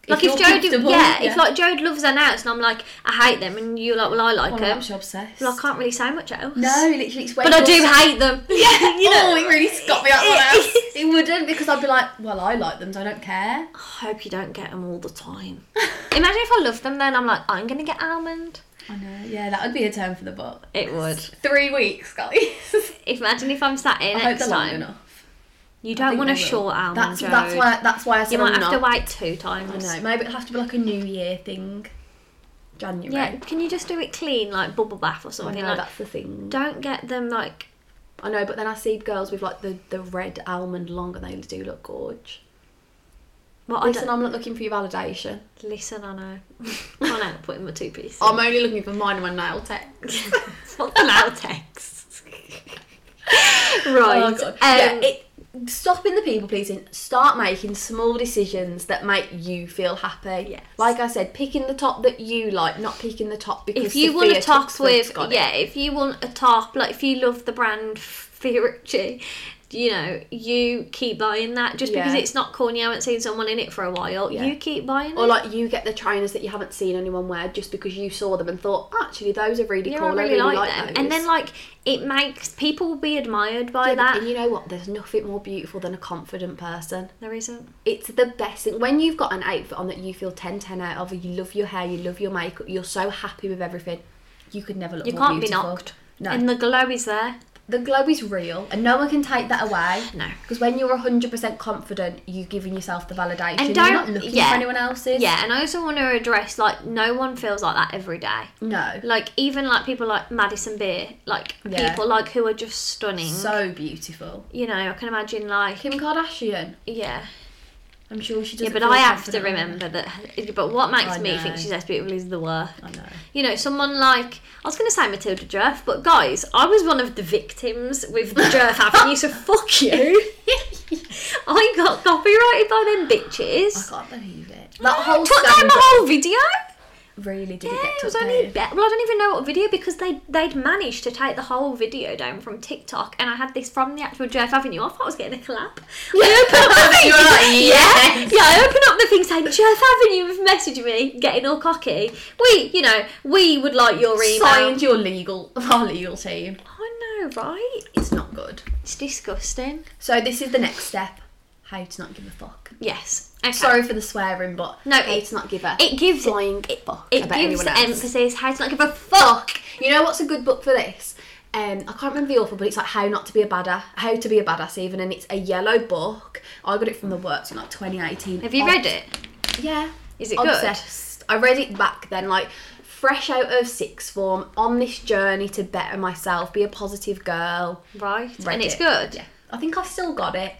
Like if,
you're
Jodie,
comfortable,
yeah,
yeah.
if like Jode loves her now, and I'm like, I hate them, and you're like, well, I like
Oh,
I'm
them.
actually obsessed.
Well, I can't really say much else.
No, literally, it's
but I do hate them. Yeah, you know.
Oh, it really got me that one out. It wouldn't because I'd be like, well, I like them, so I don't care.
I hope you don't get them all the time. Imagine if I loved them, then I'm like, I'm gonna get almond.
I know. Yeah, that would be a term for the book.
It would.
Three weeks, guys.
Imagine if I'm sat here
I hope
next
they're long
time.
enough.
You
I
don't
think
want a
they will.
short almond.
That's that's
Jode.
why that's why I said
you might
I'm
have to
not.
wait two
I
times.
know. Maybe it'll have to be like a New Year thing. January.
Yeah, can you just do it clean, like bubble bath or
I
something?
know
like,
that's the thing.
don't get them like
I know, but then I see girls with like the, the red almond long, and they do look gorge.
what I
Listen,
don't
I'm not looking for your validation.
listen. I know. Can't help putting my two pieces.
I'm only looking for mine and my nail tech.
What's the now text? right. um,
Oh, yeah, it, stopping the people pleasing. Start making small decisions that make you feel happy.
Yes.
Like I said, picking the top that you like, not picking the top because
if you want a
Sophia
top
Tuxford's
with
got it.
yeah, if you want a top, like if you love the brand Fiorucci, you know, you keep buying that just because
Yeah.
it's not cool and you haven't seen someone in it for a while.
Yeah.
You keep buying
Or
it.
like you get the trainers that you haven't seen anyone wear just because you saw them and thought, actually, those are really
Yeah,
cool.
I really, like, them.
those."
And then like it makes people will be admired by
Yeah, but-
that.
And you know what? There's nothing more beautiful than a confident person.
there isn't.
It's the best thing. When you've got an outfit on that you feel 10 10 out of, you love your hair, you love your makeup, you're so happy with everything, you could never look
You
more
can't
beautiful.
be knocked.
No.
And the glow is there.
the glow is real and no one can take that away.
No.
Because when you're 100% confident, you're giving yourself the validation.
And
you're not
don't-
looking
yeah.
for anyone else's.
Yeah, and I also want to address like no one feels like that every day.
No.
Like even like people like Madison Beer, like
Yeah.
people like who are just stunning.
So beautiful.
you know, I can imagine like
Kim Kardashian.
yeah,
I'm sure she does.
yeah. But I have to remember that. But what makes
I
me
know.
think she's less beautiful is the work.
I know.
You know, someone like I was going to say Matilda Jerf, but guys, I was one of the victims with the Jerf Avenue, so fuck you. I got copyrighted by them
I
bitches.
can't believe it. That
I
whole
took down
scandal
my whole video.
really did
Yeah,
it get
it was
took
only
down.
be- well, I don't even know what video because they they'd managed to take the whole video down from TikTok, and I had this from the actual Jeff Avenue. I thought I was getting a collab. I opened up the thing,
You were like,
yeah, yeah. I opened up the thing saying Jeff Avenue have messaged me, getting all cocky. We, you know, we would like your email.
Signed your legal, our legal team.
I know, right?
It's not good.
It's disgusting.
So this is the next step. How to not give a fuck.
Yes. Okay.
Sorry for the swearing, but
No,
how
it-
to not give a
It gives
flying
it,
fuck
it
about
gives
anyone else.
emphasis how to not give a fuck.
You know what's a good book for this? Um, I can't remember the author, but it's like How Not to Be a Badass, How to Be a Badass even, and it's a yellow book. I got it from the works in like 2018.
Have you
Ob-
read it?
Yeah.
Is it good?
Obsessed. I read it back then, like fresh out of sixth form, on this journey to better myself, be a positive girl.
Right.
Read
and it's
it.
good.
I think I've still got it.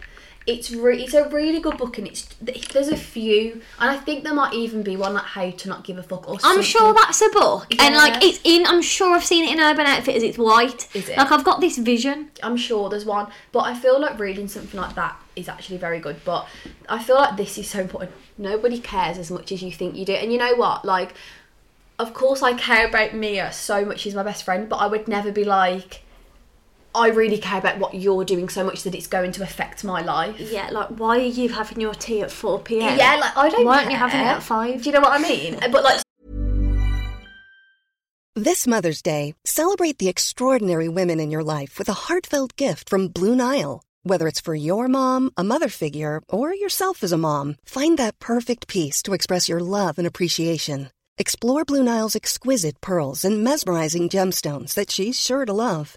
It's re- it's a really good book, and it's there's a few, and I think there might even be one like How to Not Give a Fuck or
I'm
something.
sure that's a book, and like
Yeah.
it's in. I'm sure I've seen it in Urban Outfitters. It's white.
Is it?
Like I've got this vision.
I'm sure there's one, but I feel like reading something like that is actually very good. But I feel like this is so important. Nobody cares as much as you think you do. And you know what? Like, of course, I care about Mia so much. She's my best friend, but I would never be like, I really care about what you're doing so much that it's going to affect my life.
Yeah. Like why are you having your tea at four p.m.?
Yeah, like I don't.
Why aren't
care.
you having it at five?
Do you know what I mean? But like
This Mother's Day, celebrate the extraordinary women in your life with a heartfelt gift from Blue Nile. Whether it's for your mom, a mother figure, or yourself as a mom, find that perfect piece to express your love and appreciation. Explore Blue Nile's exquisite pearls and mesmerizing gemstones that she's sure to love.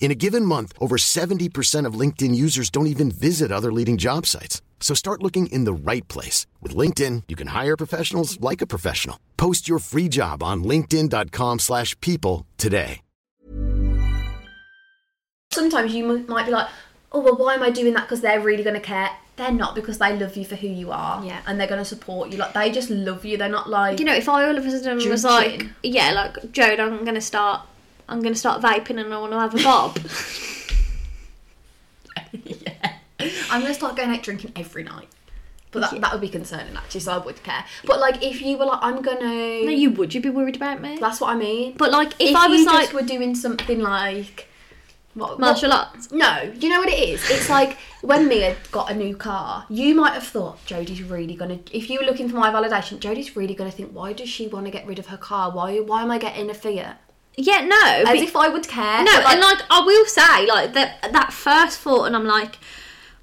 In a given month, over 70% of LinkedIn users don't even visit other leading job sites. So start looking in the right place. With LinkedIn, you can hire professionals like a professional. Post your free job on linkedin.com/people slash people today.
sometimes you m- might be like, oh well, why am I doing that? Because they're really gonna care. they're not because they love you for who you are.
Yeah.
And they're going to support you. Like, they just love you. They're not like.
You know, if I all of a sudden was
Juicing.
like, yeah, like Joan, I'm gonna start, I'm gonna start vaping and I want to have a bob.
I'm going to start going out drinking every night. But that, that would be concerning, actually, so I would care. But, like, if you were like, I'm going to.
no, you would. You'd be worried about me.
That's what I mean.
But like, if,
if,
I was
you
like
just were doing something like what,
martial
what-
arts,
No, you know what it is. It's like when Mia got a new car. You might have thought Jodie's really gonna. If you were looking for my validation, Jodie's really gonna think, why does she want to get rid of her car? Why? Why am I getting a Fiat?
yeah, no,
As
but-
if I would care.
no,
Eh, but, like,
and like I will say, like that that first thought, and I'm like,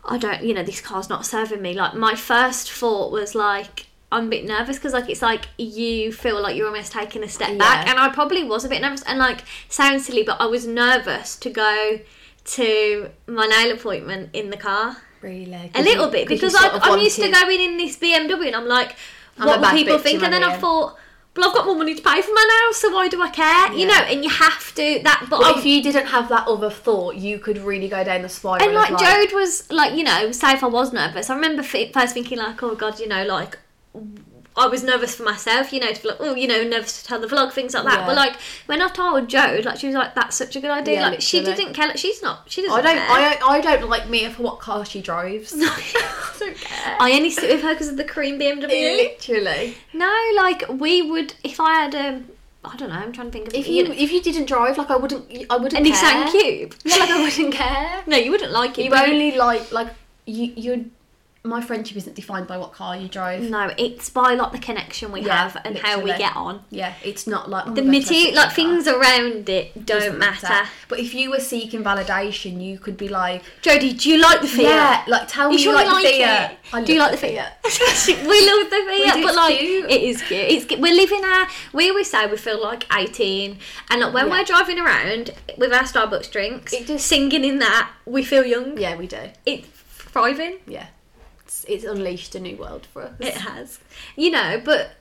I don't, you know, this car's not serving me. Like my first thought was like. I'm a bit nervous because, like, it's like you feel like you're almost taking a step back,
Yeah.
and I probably was a bit nervous. And like, sounds silly, but I was nervous to go to my nail appointment in the car.
really,
a little bit because I, I'm used to going in this BMW and I'm like,
I'm
what
a
will
bad
people
bitch,
think?
am
And
I
then I
being?
thought, well, I've got more money to pay for my nails, so why do I care? You
Yeah.
know, and you have to that. But,
But
I-
if you didn't have that other thought, you could really go down the spiral.
and like,
of, like
Jode was like, you know, say if I was nervous, I remember fi- first thinking like, oh god, you know, like. I was nervous for myself, you know, to be like, oh, you know, nervous to tell the vlog, things like that.
Yeah.
But like, when I told Jode, like, she was like, "That's such a good idea."
Yeah,
like, she
literally.
didn't care. Like, she's not. She doesn't.
I don't,
care.
I don't, I don't like Mia for what car she drives.
I
don't care.
I only sit with her because of the cream BMW.
Literally.
No, like we would if I had um I don't know, I'm trying to think of
If you if you didn't drive, like I wouldn't, I wouldn't.
an
care.
Nissan Cube.
Yeah, like I wouldn't care.
No, you wouldn't like it.
You
but
only like like you you. My friendship isn't defined by what car you drive.
No, it's by like the connection we
Yeah,
have and how we
literally.
get on.
Yeah, it's not like oh,
The
my God, I
material
should
like
do that.
things around it don't
Doesn't
matter.
But if you were seeking validation, you could be like,
Jodie, do you like the Fiat?
yeah, like tell
You
me
sure
you like,
you like
the Fiat.
it?
I
Do you
love
like the
Fiat?
we love the Fiat,
do,
but
it's
like
cute.
it is cute. It's cu- we're living our. We always say we feel like eighteen, and like when
Yeah.
we're driving around with our Starbucks drinks,
It just-
singing in that, we feel young.
yeah, we do.
It's thriving.
Yeah, it's, it's unleashed a new world for us.
It has. You know, but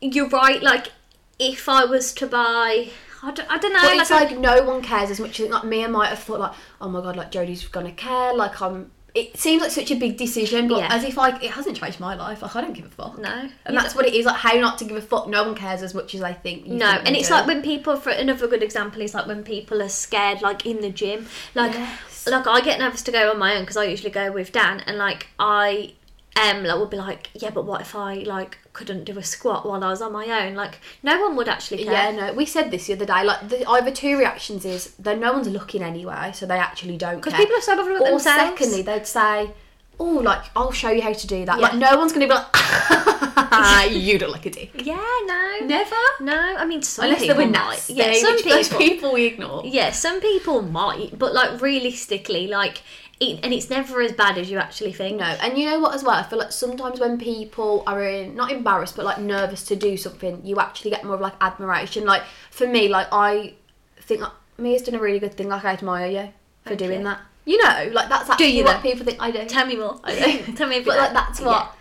you're right. Like, if I was to buy, I don't, I don't know.
But it's
I-
like no one cares as much as like Mia might have thought like, oh my god, like Jodie's gonna care. Like I'm. It seems like such a big decision, but
Yeah.
as if like it hasn't changed my life. Like I don't give a fuck.
No.
and that's what it is. Like how not to give a fuck. No one cares as much as I think. You
no,
think
and
they
it's
do.
like when people. For another good example is like when people are scared, like in the gym. Like, like I get nervous to go on my own because I usually go with Dan, and like I. Um, like, would be like, yeah, but what if I like couldn't do a squat while I was on my own? Like, no one would actually care.
Yeah, no, we said this the other day. Like, the, either two reactions is that no one's looking anyway, so they actually don't
'Cause
care.
people are so bothered with
or
themselves.
secondly, they'd say, "Oh, like I'll show you how to do that."
Yeah.
Like, no one's gonna be like, "You don't like a dick."
Yeah, no,
Never.
no. I mean, some
Unless they
people
were
might.
nasty,
Yeah, some
which those
people.
people we ignore.
Yeah, some people might, but like realistically, like, it, and it's never as bad as you actually think.
No, and you know what as well? I feel like sometimes when people are in not embarrassed but like nervous to do something, you actually get more of like admiration. Like for me, like I think like, Mia's done a really good thing. Like I admire you for
Thank
doing
you.
that. You know, like that's actually
you
what
though?
people think I do.
Tell me more. Tell me if
but
you
like that's what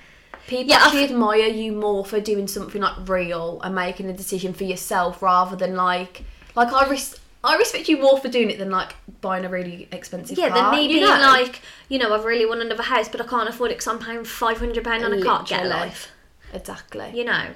people
Yeah, I
actually
f-
admire you more for doing something like real and making a decision for yourself rather than like like I res- I respect you more for doing it than like buying a really expensive
Yeah,
car.
then me
you
being
know?
like, you know, I really want another house, but I can't afford it because I'm paying five hundred pound on a car. Get a
Literally.
life,
exactly.
you know.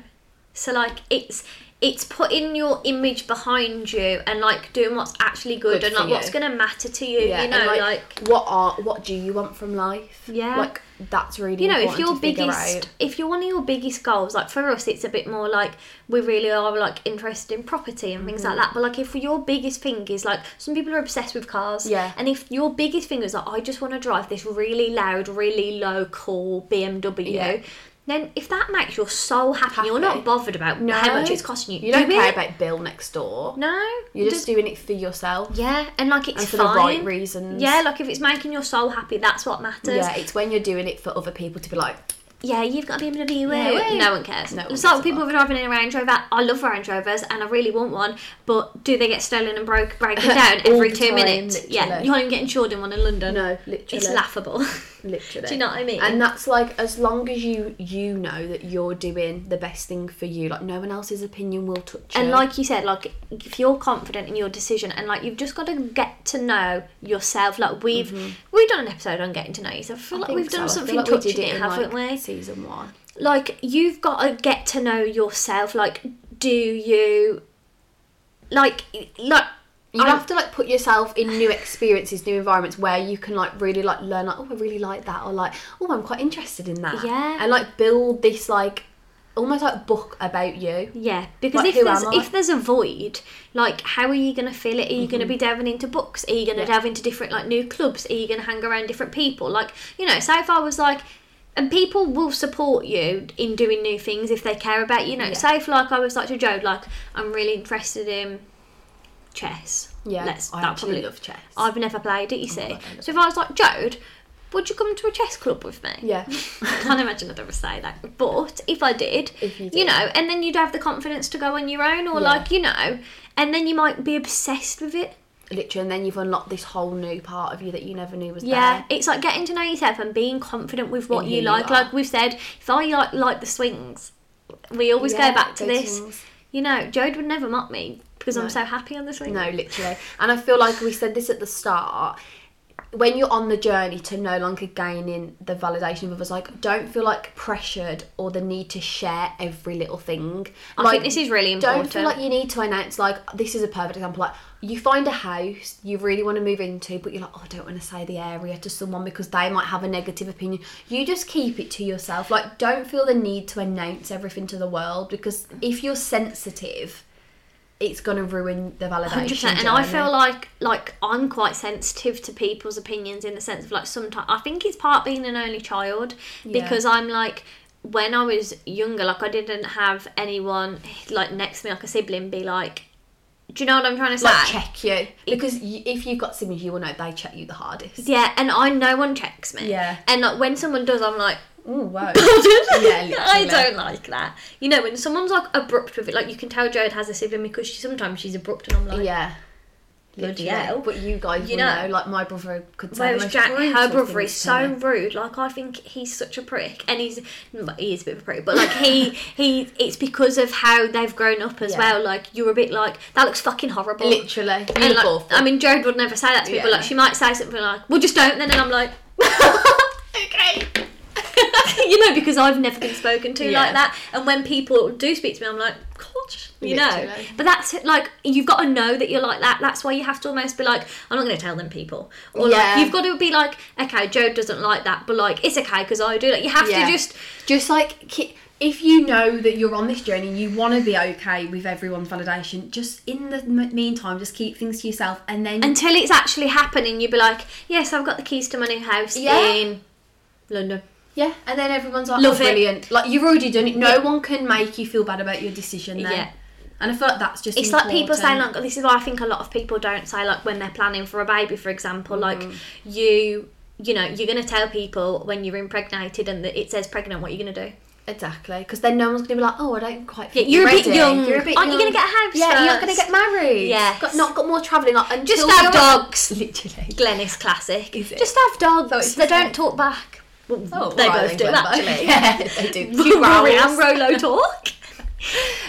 So like, it's it's putting your image behind you and like doing what's actually good,
Good
and
for
like what's
you.
gonna matter to you,
yeah,
you
and,
know,
like,
like
what are what do you want from life?
Yeah.
like that's really
you know if
important
your
to figure
biggest
out.
if you're one of your biggest goals like for us it's a bit more like we really are like interested in property and
Mm-hmm.
things like that but like if your biggest thing is like some people are obsessed with cars
Yeah.
and if your biggest thing is like i just want to drive this really loud really low cool bmw
Yeah.
then if that makes your soul happy, you're not
Happy.
bothered about how much it's costing you
You don't
Do
care
it.
about Bill next door.
no
you're just doing it for yourself.
yeah and like it's
and for the
fine
right reasons.
yeah like if it's making your soul happy that's what matters
Yeah, it's when you're doing it for other people to be like,
yeah, you've got a BMW.
Yeah.
No one cares.
No one
it's like
gives a
people
fuck.
driving in a Range Rover. I love Range Rovers and I really want one, but do they get stolen and broke breaking down
All
every
the
two
time,
minutes? Yeah,
literally.
you can't even get insured in one in London.
No, literally.
It's laughable.
Literally.
Do you know what I mean?
And that's like as long as you you know that you're doing the best thing for you, like no one else's opinion will touch
And
you.
like you said, like if you're confident in your decision, and like you've just got to get to know yourself. Like we've we've done an episode on getting to know yourself. I feel
Mm-hmm. I
like
think
we've
so. I
done
feel
something
like we
touching
did
it,
in,
haven't
like,
we?
Season one.
like you've got to get to know yourself like do you like like
You
I-
have to like put yourself in new experiences, new environments where you can like really like learn like, oh I really like that or like, oh I'm quite interested in that.
Yeah.
And like build this like almost like book about you.
yeah because if
Like, who
there's
am I?
if there's a void like how are you going to fill it are you going to
Mm-hmm.
be delving into books are you going to delve into different like new clubs are you going to hang around different people like you know so far was like and people will support you in doing new things if they care about you. you know say if like i was like to joe like i'm really interested in chess
Yeah.
let's
I
that
actually
probably-
love chess.
I've never played it,
Oh,
you see. So if I was like, Jode, would you come to a chess club with me?
Yeah.
I can't imagine I'd ever say that. But if I did,
If you
you,
did.
know, and then you'd have the confidence to go on your own or,
Yeah.
like, you know, and then you might be obsessed with it.
Literally and then you've unlocked this whole new part of you that you never knew was
Yeah,
there.
it's like getting to know yourself and being confident with what
In
you
who you
like.
are.
like we've said, if I like like the swings, we always
Yeah,
go back to
go
this.
swings.
You know, Jode would never mock me because
No.
I'm so happy on the swing.
No, literally. And I feel like we said this at the start. When you're on the journey to no longer gaining the validation of others, like don't feel like pressured or the need to share every little thing.
I
like,
think this is really
Don't feel
important.
like you need to announce like this is a perfect example. Like you find a house you really want to move into, but you're like, oh, I don't want to say the area to someone because they might have a negative opinion. You just keep it to yourself. Like don't feel the need to announce everything to the world because if you're sensitive, it's gonna ruin the validation.
Hundred percent, and I
journey.
feel like like I'm quite sensitive to people's opinions in the sense of like sometimes I think it's part being an only child because I'm like when I was younger, like I didn't have anyone like next to me, like a sibling, be like, do you know what I'm trying to say?
like check you because you, if you've got siblings, you will know they check you the hardest.
Yeah, and I no one checks me.
Yeah.
and like when someone does, I'm like.
Oh wow.
yeah,
literally.
I don't like that. You know, when someone's like abrupt with it, like you can tell Jode has a sibling because she sometimes she's abrupt, and I'm like,
yeah.
Bloody
Literally.
hell.
But you guys,
You
you
know.
know, like my brother could say. the
Whereas
most
Jack, her
brutal
brother
things
is
to
so
me.
rude. Like I think he's such a prick, and he's but he is a bit of a prick. But like he he, it's because of how they've grown up as
Yeah.
well. Like you're a bit like that looks fucking horrible.
Literally, you
And,
look
like,
awful.
I mean, Jared would never say that to me, but
Yeah.
like she might say something like, "Well, just don't." Then and I'm like, okay. you know, because I've never been spoken to
Yeah.
like that, and when people do speak to me, I'm like, God, you know.
Literally.
But that's it, like you've got to know that you're like that. That's why you have to almost be like, I'm not going to tell them people, or
Yeah.
like you've got to be like, okay, Joe doesn't like that, but like it's okay because I do. Like you have
Yeah.
to just
just like ki- if you know that you're on this journey, you want to be okay with everyone's validation. Just in the m- meantime, just keep things to yourself, and then
until it's actually happening, you'd be like, yes, I've got the keys to my new house
Yeah.
in London.
yeah, and then everyone's like,
Love
oh,
it.
brilliant. Like you've already done it. No
Yeah.
one can make you feel bad about your decision. Then.
Yeah.
And I feel like that's just
it's like people say
important.
like this is why I think a lot of people don't say like when they're planning for a baby for example like
Mm-hmm.
you you know you're gonna tell people when you're impregnated and that it says pregnant what you're gonna do
Exactly, because then no one's gonna be like, "Oh, I don't quite."
Yeah,
Think
you're a bit
ready.
young. Aren't you gonna get a house
Yeah, you're not gonna
first?
get married.
Yes.
got, not got more travelling. Like, until
Just have
you're-
dogs.
Literally.
Glen is classic
Is it?
just have dogs
it's
they
just
don't
like-
talk back well, they
Oh, Right,
both do
well,
actually
Yeah, they do. Cute
Rory and
owls.
Rolo talk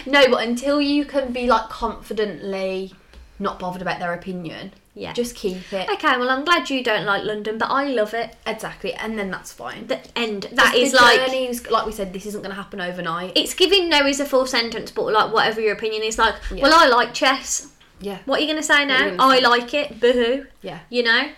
No, but until you can be like confidently not bothered about their opinion,
Yeah.
just keep it
okay well I'm glad you don't like London but I love it
exactly, and then that's fine.
the end that
Because
is
the
like
journey's- like we said, this isn't going to happen overnight.
it's giving no is a full sentence but like whatever your opinion is like
Yeah.
well I like chess
yeah,
What are you going to say
are
now?
you gonna
I
say?
like it. Boohoo.
Yeah.
You know?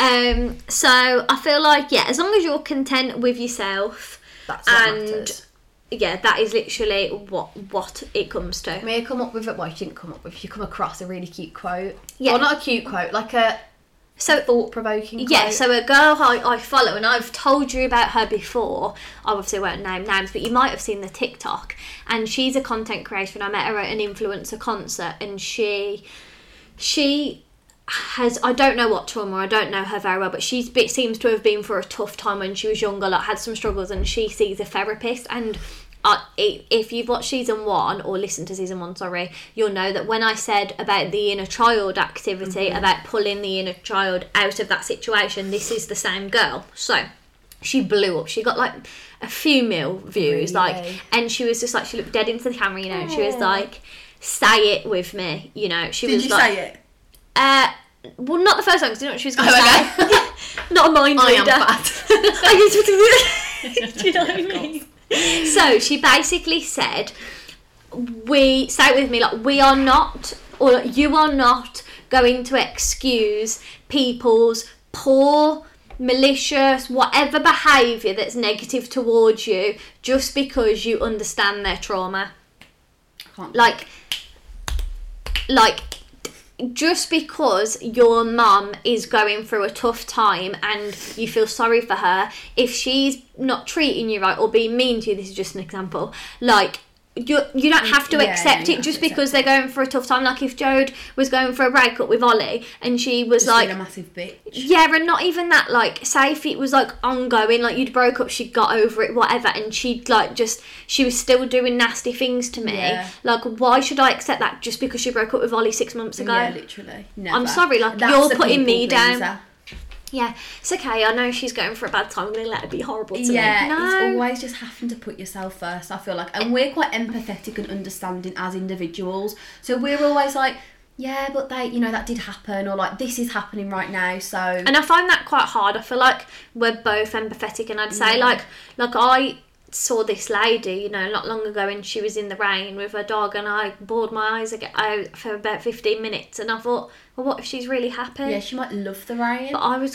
Um, so I feel like, yeah, as long as you're content with yourself,
that's what
and-
matters.
yeah, that is literally what what it comes to.
Mia come up with it. Well, she didn't come up with. She come across a really cute quote.
Yeah.
or not a cute quote, like a
So
thought provoking.
yeah, so a girl I, I follow, and I've told you about her before. I obviously won't name names, but you might have seen the TikTok. And she's a content creator, and I met her at an influencer concert, and she she has I don't know what trauma I don't know her very well but she's bit seems to have been for a tough time when she was younger like had some struggles and she sees a therapist and I, i- if you've watched season one or listened to season one sorry you'll know that when I said about the inner child
Mm-hmm.
activity about pulling the inner child out of that situation this is the same girl so she blew up. She got like a few mil views, like, and she was just like, she looked dead into the camera, you know, and she was like, "Say it with me," you know. She
Did
was
you
like,
say it?
Uh, well, not the first one because I didn't know what she was going to
Oh,
say. not a mind
I am
reader.
fat.
I used to do you know what I mean? So she basically said, "We say it with me, like we are not, or you are not going to excuse people's poor." malicious whatever behaviour that's negative towards you just because you understand their trauma like like just because your mum is going through a tough time and you feel sorry for her if she's not treating you right or being mean to you this is just an example like you, you don't have to
Mm, Yeah,
accept
you
it
don't
just
have to
because they're going for a tough time like if jode was going for a breakup with ollie and she was
Just
like
being a massive bitch.
yeah, and not even that. Like, say if it was like ongoing, like you'd broke up, she got over it, whatever, and she'd like just she was still doing nasty things to me.
Yeah.
Like, why should I accept that just because she broke up with Ollie six months ago?
Yeah, literally. Never.
I'm sorry, like,
That's
you're
a
putting me
people
down.
pleaser.
Yeah, it's okay. I know she's going for a bad time. I'm gonna let her be horrible to
Yeah,
me. No.
it's always just having to put yourself first, I feel like. And we're quite empathetic and understanding as individuals. So we're always like, yeah, but they, you know, that did happen, or like, this is happening right now, so.
and I find that quite hard. I feel like we're both empathetic, and I'd say
Mm.
like like I saw this lady, you know, not long ago, and she was in the rain with her dog, and I bawled my eyes aga- out for about fifteen minutes, and I thought, well, what if she's really happy?
yeah, she might love the rain.
but I was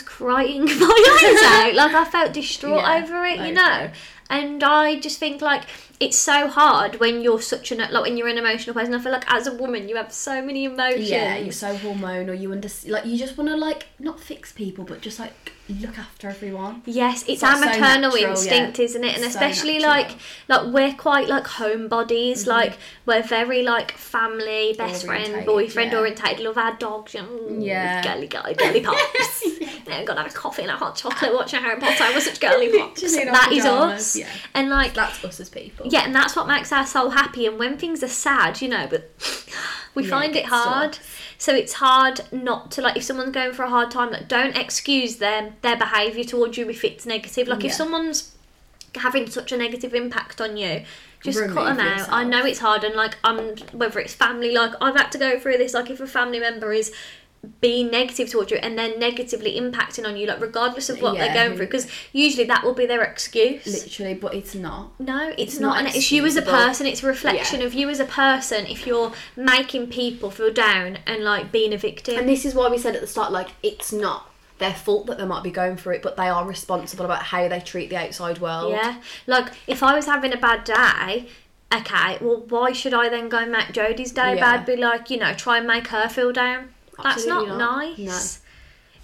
crying my eyes out. Like I felt distraught
Yeah,
over it, you
I
know.
agree.
And I just think like it's so hard when you're such an like when you're an emotional person. I feel like as a woman you have so many emotions.
Yeah, you're so hormonal. You under like you just want to like not fix people, but just like look after everyone.
Yes, it's
like
our
so
maternal
natural,
instinct,
yeah.
isn't it? And
So
especially like
natural. Mm-hmm.
like we're quite like homebodies, like we're very like family, best friend,
Orientated,
boyfriend
yeah.
orientated, love our dogs, you know,
Yeah.
girly girly girly pops. yeah, gotta have a coffee and a hot chocolate, watching Harry Potter, we're such girly pops.
Literally in our
That is
pyjamas,
us.
yeah.
And like
That's us as people.
yeah, and that's what makes our soul happy. And when things are sad, you know, but we find it
it sucks.
hard. So it's hard not to like if someone's going for a hard time, like don't excuse them their behaviour towards you if it's negative. Like if
Yeah.
someone's having such a negative impact on you, just cut 'em cut
Remove
them out. I
yourself.
know it's hard, and like I'm whether it's family, like I've had to go through this. Like if a family member is being negative towards you and then negatively impacting on you, like regardless of what
Yeah,
they're going
who-
through, because usually that will be their excuse.
literally, but it's not.
No, it's,
It's
not.
not
an, it's you as a
excusable.
person. It's a reflection of you as a person. If you're making people feel down and like being a victim,
And this is why we said at the start, like, it's not their fault that they might be going through it, but they are responsible about how they treat the outside world.
yeah, like if I was having a bad day, okay, well, why should I then go and make Jodie's day
Yeah.
bad? Be like, you know, try and make her feel down. That's not,
Absolutely not.
nice.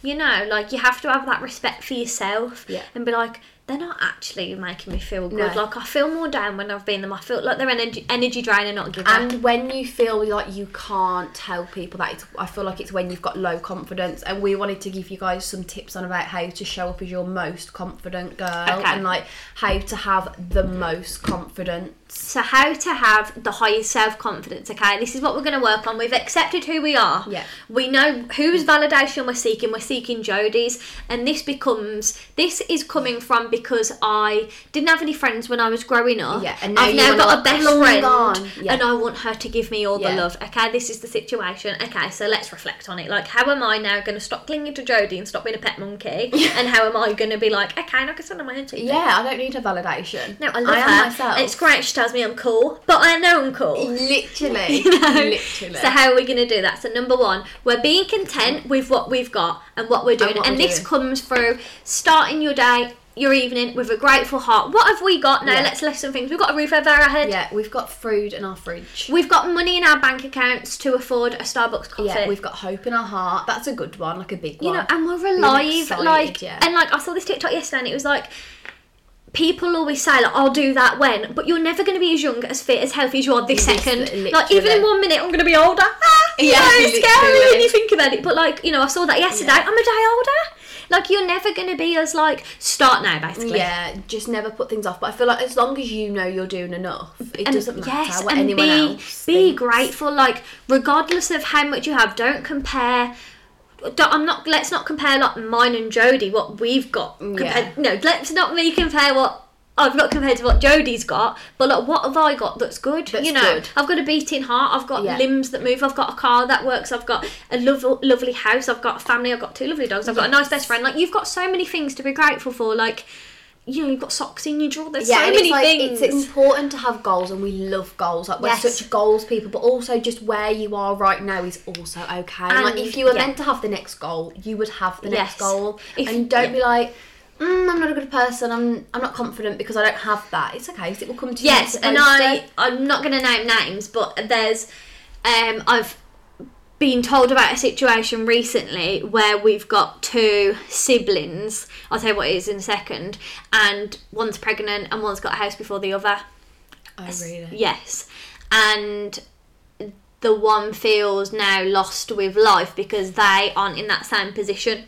You know, like you have to have that respect for yourself
Yeah.
and be like, they're not actually making me feel good.
No.
Like I feel more down when I've been them. I feel like they're energy energy drain and not giving.
And when you feel like you can't tell people that, it's, I feel like it's when you've got low confidence. And we wanted to give you guys some tips on about how to show up as your most confident girl
Okay.
and like how to have the most confidence.
So, how to have the highest self confidence, okay? This is what we're going to work on. We've accepted who we are.
Yeah.
We know whose validation we're seeking. We're seeking Jodie's. And this becomes, this is coming from because I didn't have any friends when I was growing up.
Yeah, and now
I've
you
now
wanna,
got a
like,
best
belong
friend.
on. Yeah.
And I want her to give me all the
Yeah.
love, okay? This is the situation. Okay, so let's reflect on it. Like, how am I now going to stop clinging to Jodie and stop being a pet monkey? and how am I going to be like, okay, now I can stand on my own two feet?
Yeah, I don't need a validation.
No, I love
I
her.
am myself.
And it's great. She tells me I'm cool, but I know I'm cool.
Literally. Literally.
So how are we going to do that? So number one, we're being content with what we've got and what we're doing, and,
what we're
this
doing.
comes through starting your day, your evening with a grateful heart. What have we got now?
Yeah.
Let's list some things. We've got a roof over our head.
yeah, we've got food in our fridge.
We've got money in our bank accounts to afford a Starbucks coffee.
Yeah, we've got hope in our heart. That's a good one, like a big
you
one.
know, and we're
Really
alive.
excited,
like,
yeah.
and like I saw this TikTok yesterday, and it was like. People always say, like, I'll do that when, but you're never going to be as young, as fit, as healthy as you are this
Yes,
second. Like,
literally.
even in one minute, I'm going to be older. Ah, yeah,
Yeah,
it's scary
literally.
when you think about it. But, like, you know, I saw that yesterday. I'm a day older. Like, you're never going to be as, like, start now, basically.
yeah, just never put things off. But I feel like as long as you know you're doing enough, it
And
doesn't matter
yes,
what
and
anyone
be,
else.
be
thinks.
grateful. Like, regardless of how much you have, don't compare don't- I'm not. Let's not compare like mine and Jodie what we've got. Compared, No, let's not me compare what I've got compared to what Jodie's got. But like, what have I got that's good?
That's
you know,
good.
I've got a beating heart. I've got
Yeah.
limbs that move. I've got a car that works. I've got a lo- lovely house. I've got a family. I've got two lovely dogs. I've got a nice best friend. Like you've got so many things to be grateful for. Like you know, you've got socks in your drawer. There's so
and
many
it's like,
things.
It's important to have goals, and we love goals. Like we're
Yes.
such goals people, but also just where you are right now is also okay. And, like
And-
if you were
yeah.
meant to have the next goal, you would have the next
Yes.
goal,
If-
and don't
yeah.
be like. Mm, I'm not a good person. I'm I'm not confident because I don't have that. It's okay. 'cause It will come to you. when
Yes,
it's
and
supposed
I
to.
I'm not going to name names, but there's um I've been told about a situation recently where we've got two siblings. I'll tell you what it is in a second, and one's pregnant and one's got a house before the other.
Oh really?
Yes, and the one feels now lost with life because they aren't in that same position.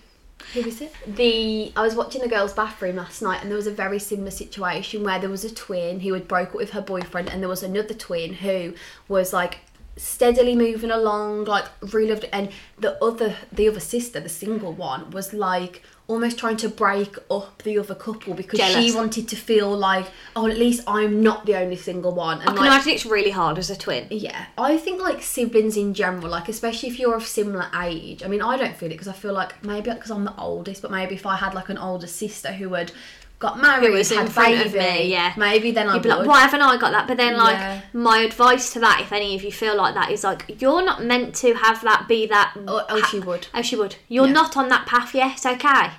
Who is it? The I was watching the girls' bathroom last night, and there was a very similar situation where there was a twin who had broke up with her boyfriend, and there was another twin who was like steadily moving along, like really loved it. And the other, the other sister, the single one, was like almost trying to break up the other couple because she
Jealous.
wanted to feel like, oh, at least I'm not the only single one. And
I can
like,
imagine it's really hard as a twin.
yeah, I think like siblings in general, like especially if you're of similar age. I mean, I don't feel it because I feel like maybe because I'm the oldest, but maybe if I had like an older sister who had got married,
was in
had
front
baby,
of me, yeah.
maybe then I
You'd be
would.
like, why haven't I got that? But then, like,
Yeah.
my advice to that, if any of you feel like that, is like, you're not meant to have that be that.
Oh, oh, she would.
Oh, she would. You're not on that path yet, okay?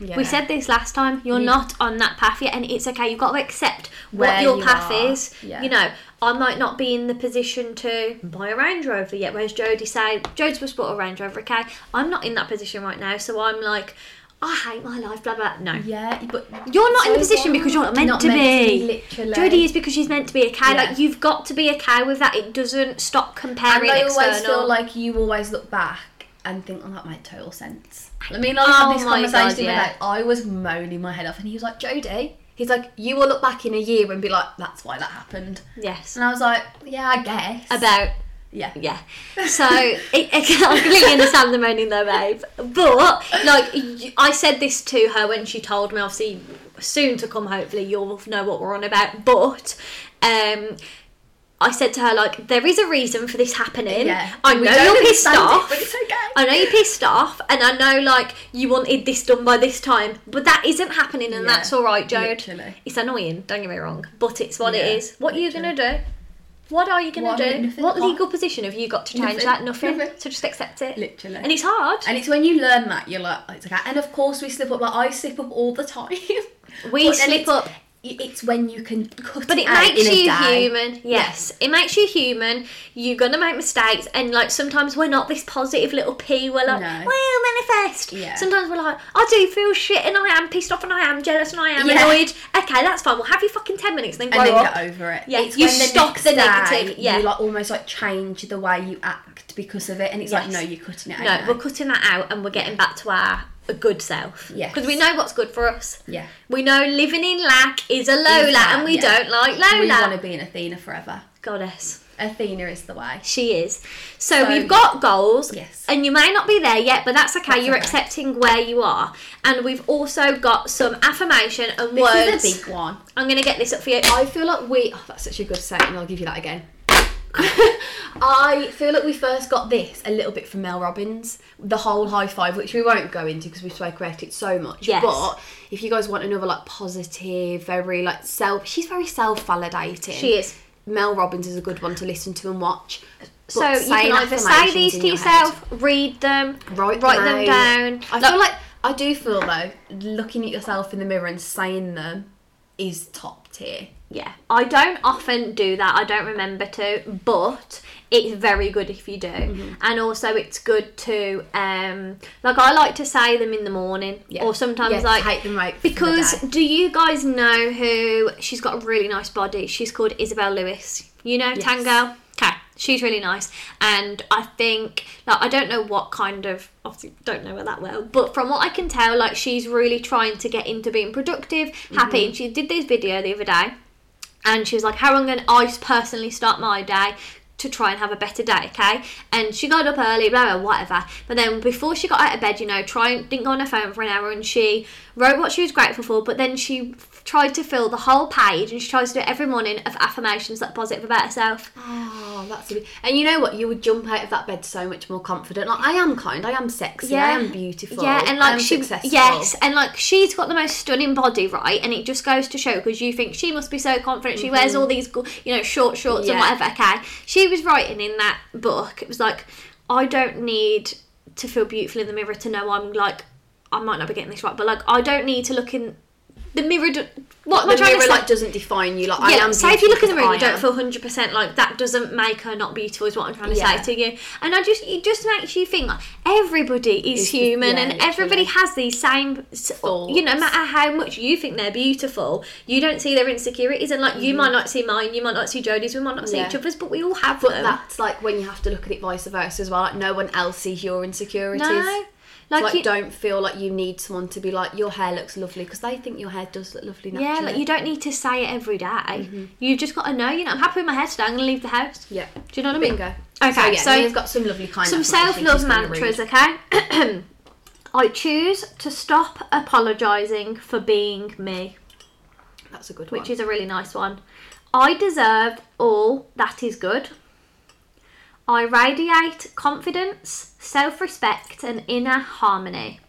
Yeah. Mm.
We said this last time. You're not on that path yet, and it's okay. You've got to accept
Where
what your
you
path
are,
is.
yeah.
You know, I might not be in the position to buy a Range Rover yet. Whereas Jodie say, Jodie's was bought a Range Rover. Okay, I'm not in that position right now, so I'm like, I hate my life. Blah blah. No,
yeah, but
you're not in the
So
position
what?
because you're not meant,
Not
to,
meant
be.
to be, literally.
Jodie is because she's meant to be a cow.
Yeah.
Like you've got to be a cow with that. It doesn't stop
and
comparing
I
external.
always feel like you always look back and think, oh, that made total sense. I mean, I
Oh
had this
my
conversation
God,
the other
yeah.
day. I was moaning my head off, and he was like, Jodie. He's like, you will look back in a year and be like, that's why that happened.
yes.
And I was like, yeah, I guess.
About
yeah.
yeah. So it, it- I completely understand the moaning though, babe. But like y- I said this to her when she told me. Obviously, soon to come. Hopefully, you'll know what we're on about. But um. I said to her, like, there is a reason for this happening.
Yeah.
I
We
know
don't
you're pissed
understand it,
off.
but it's okay.
I know you're pissed off, and I know like you wanted this done by this time, but that isn't happening, and
Yeah,
that's all right, Jode.
literally.
It's annoying. Don't get me wrong, but it's what
Yeah,
it is. What are you gonna do? What are you gonna
What-
do?
nothing.
what
Can't-
legal position have you got to change
Nothing.
that? Nothing.
Nothing.
So just accept it.
Literally.
And it's hard.
And it's when you learn that you're like, "Oh, it's okay. And of course, we slip up. Like I slip up all the time.
We
then
slip
it's-
up.
it- It's when you can cut
But it
out
makes
in a
you
day.
human. Yes, it makes you human. You're gonna make mistakes, and like sometimes we're not this positive little p. We're like,
No.
well, manifest.
Yeah.
Sometimes we're like, I do feel shit, and I am pissed off, and I am jealous, and I am
Yeah.
annoyed. Okay, that's fine. We'll have you fucking ten minutes, and then
And
grow
then
up.
get over it.
Yeah,
it's
you
when
stop
next
the
day
negative, yeah.
You like almost like change the way you act because of it, and it's like
Yes.
no, you're cutting it out.
No,
now.
we're cutting that out and we're getting back to our good self.
Yes.
Because we know what's good for us.
Yeah.
We know living in lack is a Lola
that,
and we
yeah.
don't like Lola.
we want to be an Athena forever.
Goddess.
Athena is the way.
She is. So,
So-
we've got goals.
Yes.
And you may not be there yet, but that's okay. You're
okay.
accepting where you are. And we've also got some affirmation and
This
words.
is a big one.
I'm going to get this up for you.
I feel like we. Oh, that's such a good saying. I'll give you that again. I feel like we first got this a little bit from Mel Robbins, the whole high five, which we won't go into because we spoke about it so much.
Yes.
But if you guys want another like positive, very like self, she's very self validating.
She is.
Mel Robbins is a good one to listen to and watch.
So you can either say these to yourself, read them,
write,
them down.
I feel like I do feel though, looking at yourself in the mirror and saying them is top tier.
Yeah, I don't often do that. I don't remember to, but it's very good if you do.
Mm-hmm.
And also, it's good to um like I like to say them in the morning
Yeah.
or sometimes
Yeah,
like
take them right from the
because
day.
do you guys know who she's got a really nice body? She's called Isabel Lewis. You know, Tango. Okay, she's really nice, and I think like I don't know what kind of obviously don't know her that well, but from what I can tell, like she's really trying to get into being productive,
Mm-hmm.
happy. And she did this video the other day and she was like, "How am I going? I personally start my day to try and have a better day, okay? And she got up early, blah, blah, whatever. But then before she got out of bed, you know, try, didn't go on her phone for an hour and she wrote what she was grateful for, but then she f- tried to fill the whole page and she tries to do it every morning of affirmations that are positive about herself.
Oh, that's a bit. And you know what? You would jump out of that bed so much more confident. Like I am kind. I am sexy. I am beautiful.
Yeah, and like
I'm
she,
successful.
yes, and like she's got the most stunning body, right? And it just goes to show because you think she must be so confident. She wears all these, go- you know, short shorts and
Mm-hmm. Yeah.
whatever. Okay, she was writing in that book. It was like, I don't need to feel beautiful in the mirror to know I'm like, I might not be getting this right, but like, I don't need to look in the mirror. Do- what am I
Like, the
trying to
mirror
say?
like doesn't define you. Like I
yeah,
am.
say if you look in the mirror, you
beautiful
don't feel hundred percent like that. Doesn't make her not beautiful, is what I'm trying to
Yeah.
say to you. And I just, it just makes you think like everybody is
It's the-
human,
yeah,
and
literally.
everybody has these same, s- uh, you know, matter how much you think they're beautiful, you don't see their insecurities, and like you might not see mine, you might not see Jodie's, we might not see
Mm-hmm. Yeah.
each other's, but we all have
But
them.
that's like when you have to look at it vice versa as well. Like no one else sees your insecurities.
no,
Like,
like, you,
don't feel like you need someone to be like your hair looks lovely because they think your hair does look lovely naturally.
yeah, like you don't need to say it every day. You've just got to know. You know, I'm happy with my hair today. I'm gonna leave the house.
Mm-hmm. Yeah.
Do you know what I mean?
Bingo.
Okay,
So, yeah,
so
Nia's got some lovely kind.
some self love mantras, okay? I choose to stop apologising for being me,
That's a good one.
which is a really nice one. I deserve all that is good. I radiate confidence, self respect, and inner harmony.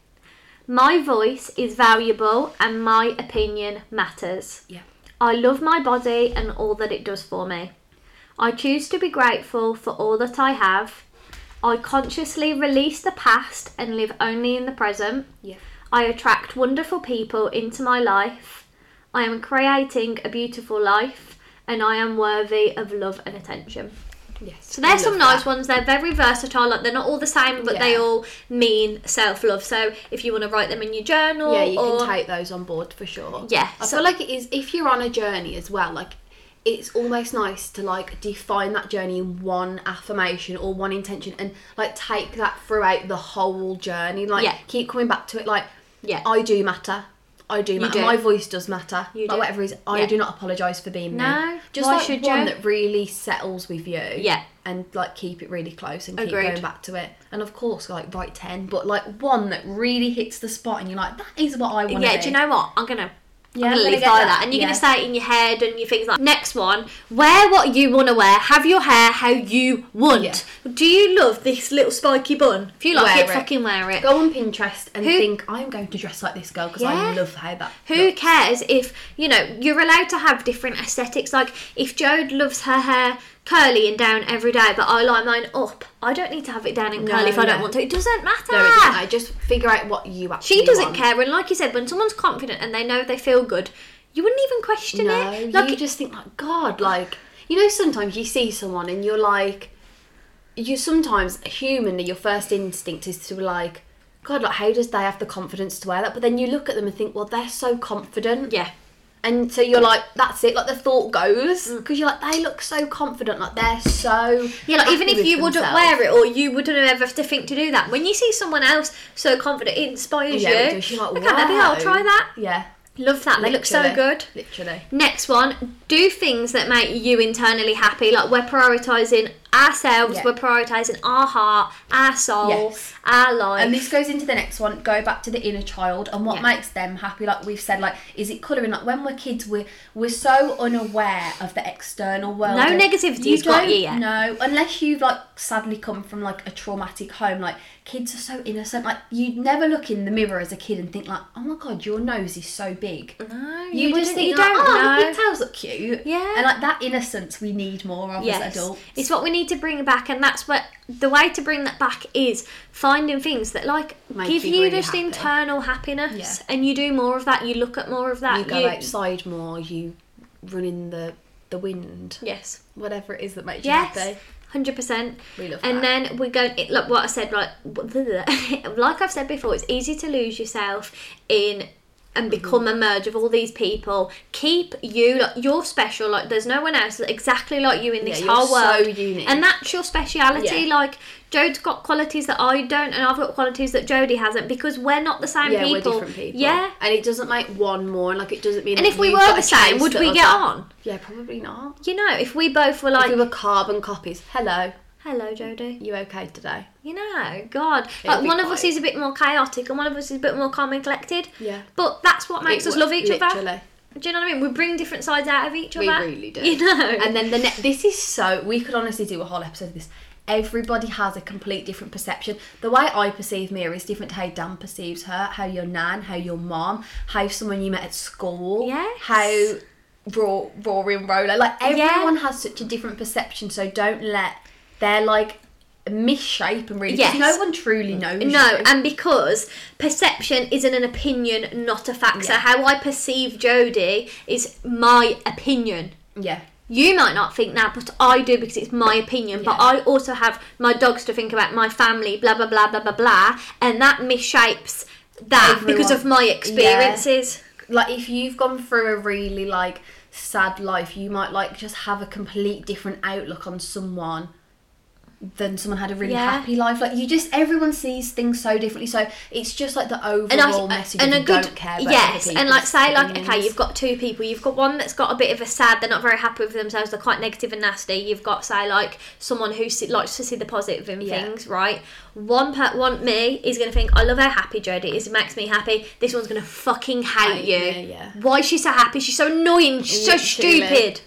My voice is valuable and my opinion matters.
yeah.
I love my body and all that it does for me. I choose to be grateful for all that I have. I consciously release the past and live only in the present.
Yeah.
I attract wonderful people into my life. I am creating a beautiful life and I am worthy of love and attention.
Yes.
So they're some nice ones. They're very versatile. Like they're not all the same, but they
Yeah.
all mean self-love. So if you want to write them in your journal
Yeah, you
or
can take those on board for sure.
Yeah,
I
so-
feel like it is if you're on a journey as well, like it's almost nice to like define that journey in one affirmation or one intention and like take that throughout the whole journey. Like
Yeah.
keep coming back to it like
Yeah.
I do matter. I do matter.
do.
My voice does matter.
You
like
do.
whatever it is, I
Yeah.
do not apologise for being
No,
me. Just
why
like
should
one
you?
that really settles with you.
Yeah.
And like keep it really close and keep
Agreed.
going back to it. And of course like write ten, but like one that really hits the spot and you're like, that is what I want
yeah, do you know what? I'm gonna.
Yeah,
I'm
I'm
gonna
gonna
live
get
by
that,
that. and you're gonna
yeah.
say it in your head and your things like next one. Wear what you want to wear. Have your hair how you want.
Yeah.
Do you love this little spiky bun? If you like
Wear
it,
it.
fucking wear it.
Go on Pinterest and
Who-
think I'm going to dress like this girl because I
Yeah.
love how that.
Who
looks."
cares if you know you're allowed to have different aesthetics? Like if Jode loves her hair curly and down every day, but I like mine up. I don't need to have it down and
No,
curly if I don't
yeah.
want to. It doesn't matter.
No, it doesn't matter. Just figure out what you actually.
She doesn't
want.
care. And like you said, when someone's confident and they know they feel good, you wouldn't even question
No,
it.
you just think like God. Like you know, sometimes you see someone and you're like, you sometimes humanly your first instinct is to be like, God, like how does they have the confidence to wear that? But then you look at them and think, well, they're so confident.
yeah.
And so you're like, that's it. Like the thought goes because you're like, they look so confident. Like they're so.
Mm. Yeah, like
happy
even if
with
you wouldn't
themselves.
wear it or you wouldn't have ever to think to do that, when you see someone else so confident, it inspires
Yeah, it
you.
does. You're like,
Look at that, maybe I'll
wow.
try that.
Yeah.
Love that. They look so
Literally.
good.
Literally.
Next one, do things that make you internally happy. Like we're prioritising ourselves,
Yeah.
we're prioritising our heart, our soul,
Yes.
our life.
And this goes into the next one. Go back to the inner child and what
Yeah.
makes them happy. Like we've said, like is it colouring? Like when we're kids, we're we're so unaware of the external world.
No
And
negativity
You
is what you
don't
get.
know unless you've like sadly come from like a traumatic home. Like kids are so innocent. Like you'd never look in the mirror as a kid and think like, oh my god, your nose is so big.
No,
You, just
wouldn't-
think
you
like,
don't
oh, the
know.
pigtails look cute.
Yeah.
And like that innocence we need more of as adults.
It's what we need to bring back, and that's what the way to bring that back is finding things that like
Make
give
you
you
really
just
happy.
internal happiness, and you do more of that. You look at more of that.
You go outside more. You run in the the wind.
Yes.
Whatever it is that makes
Yes.
you happy.
Hundred percent.
We love
And
that.
then we go. It, look what I said. Like, like I've said before, it's easy to lose yourself in
Mm-hmm.
and become a merge of all these people. Keep you, like, you're special. Like there's no one else that's exactly like you in this
Yeah, you're
whole
so
world.
unique.
And that's your speciality.
Yeah.
Like Jode's got qualities that I don't, and I've got qualities that Jodie hasn't because we're not the same
yeah,
people.
we're different people.
Yeah.
and it doesn't make one more. and, Like it doesn't mean.
And
that
if we
you've
were
got
the
to
same,
chase
would
the
we get
other.
on?
Yeah, probably not.
You know, if we both were like,
if we were carbon copies. Hello,
hello, Jodie.
you okay today?
You know, God, like
be
one of us
quiet.
is a bit more chaotic and one of us is a bit more calm and collected.
Yeah.
But that's what makes
It
us
wo-
love each
literally.
other. Do you know what I mean? We bring different sides out of each
We
other.
really do.
You know.
And
And
then the next.
This is so. We could honestly do a whole episode of this. Everybody has a complete different perception. The way I perceive Mia is different to how Dan perceives her, how your nan, how your mom, how someone you met at school,
Yes.
how raw, Rory and Roller. Like everyone
Yeah.
has such a different perception. So don't let their like misshape and really. 'cause
Yes.
No one truly knows.
no,
you.
and because perception isn't an opinion, not a fact. So how I perceive Jodie is my opinion.
yeah.
You might not think that, but I do because it's my opinion. But I also have my dogs to think about, my family, blah blah blah blah blah blah, and that misshapes that because of my experiences.
like if you've gone through a really like sad life you might like just have a complete different outlook on someone than someone had a really
Yeah.
happy life like you just everyone sees things so differently so it's just like the overall
And I uh,
message
and
of
a
you
good
don't care about
yes,
other
and like
people's
say like okay,
opinions.
you've got two people. You've got one that's got a bit of a sad. They're not very happy with themselves. They're quite negative and nasty. You've got say like someone who se- likes to see the positive in
Yeah.
things. Right? One per one me is gonna think I love how happy Jodie is. It makes me happy. This one's gonna fucking
Hate
hate, you.
me, yeah.
Why is she so happy? She's so annoying. She's so
Literally.
stupid.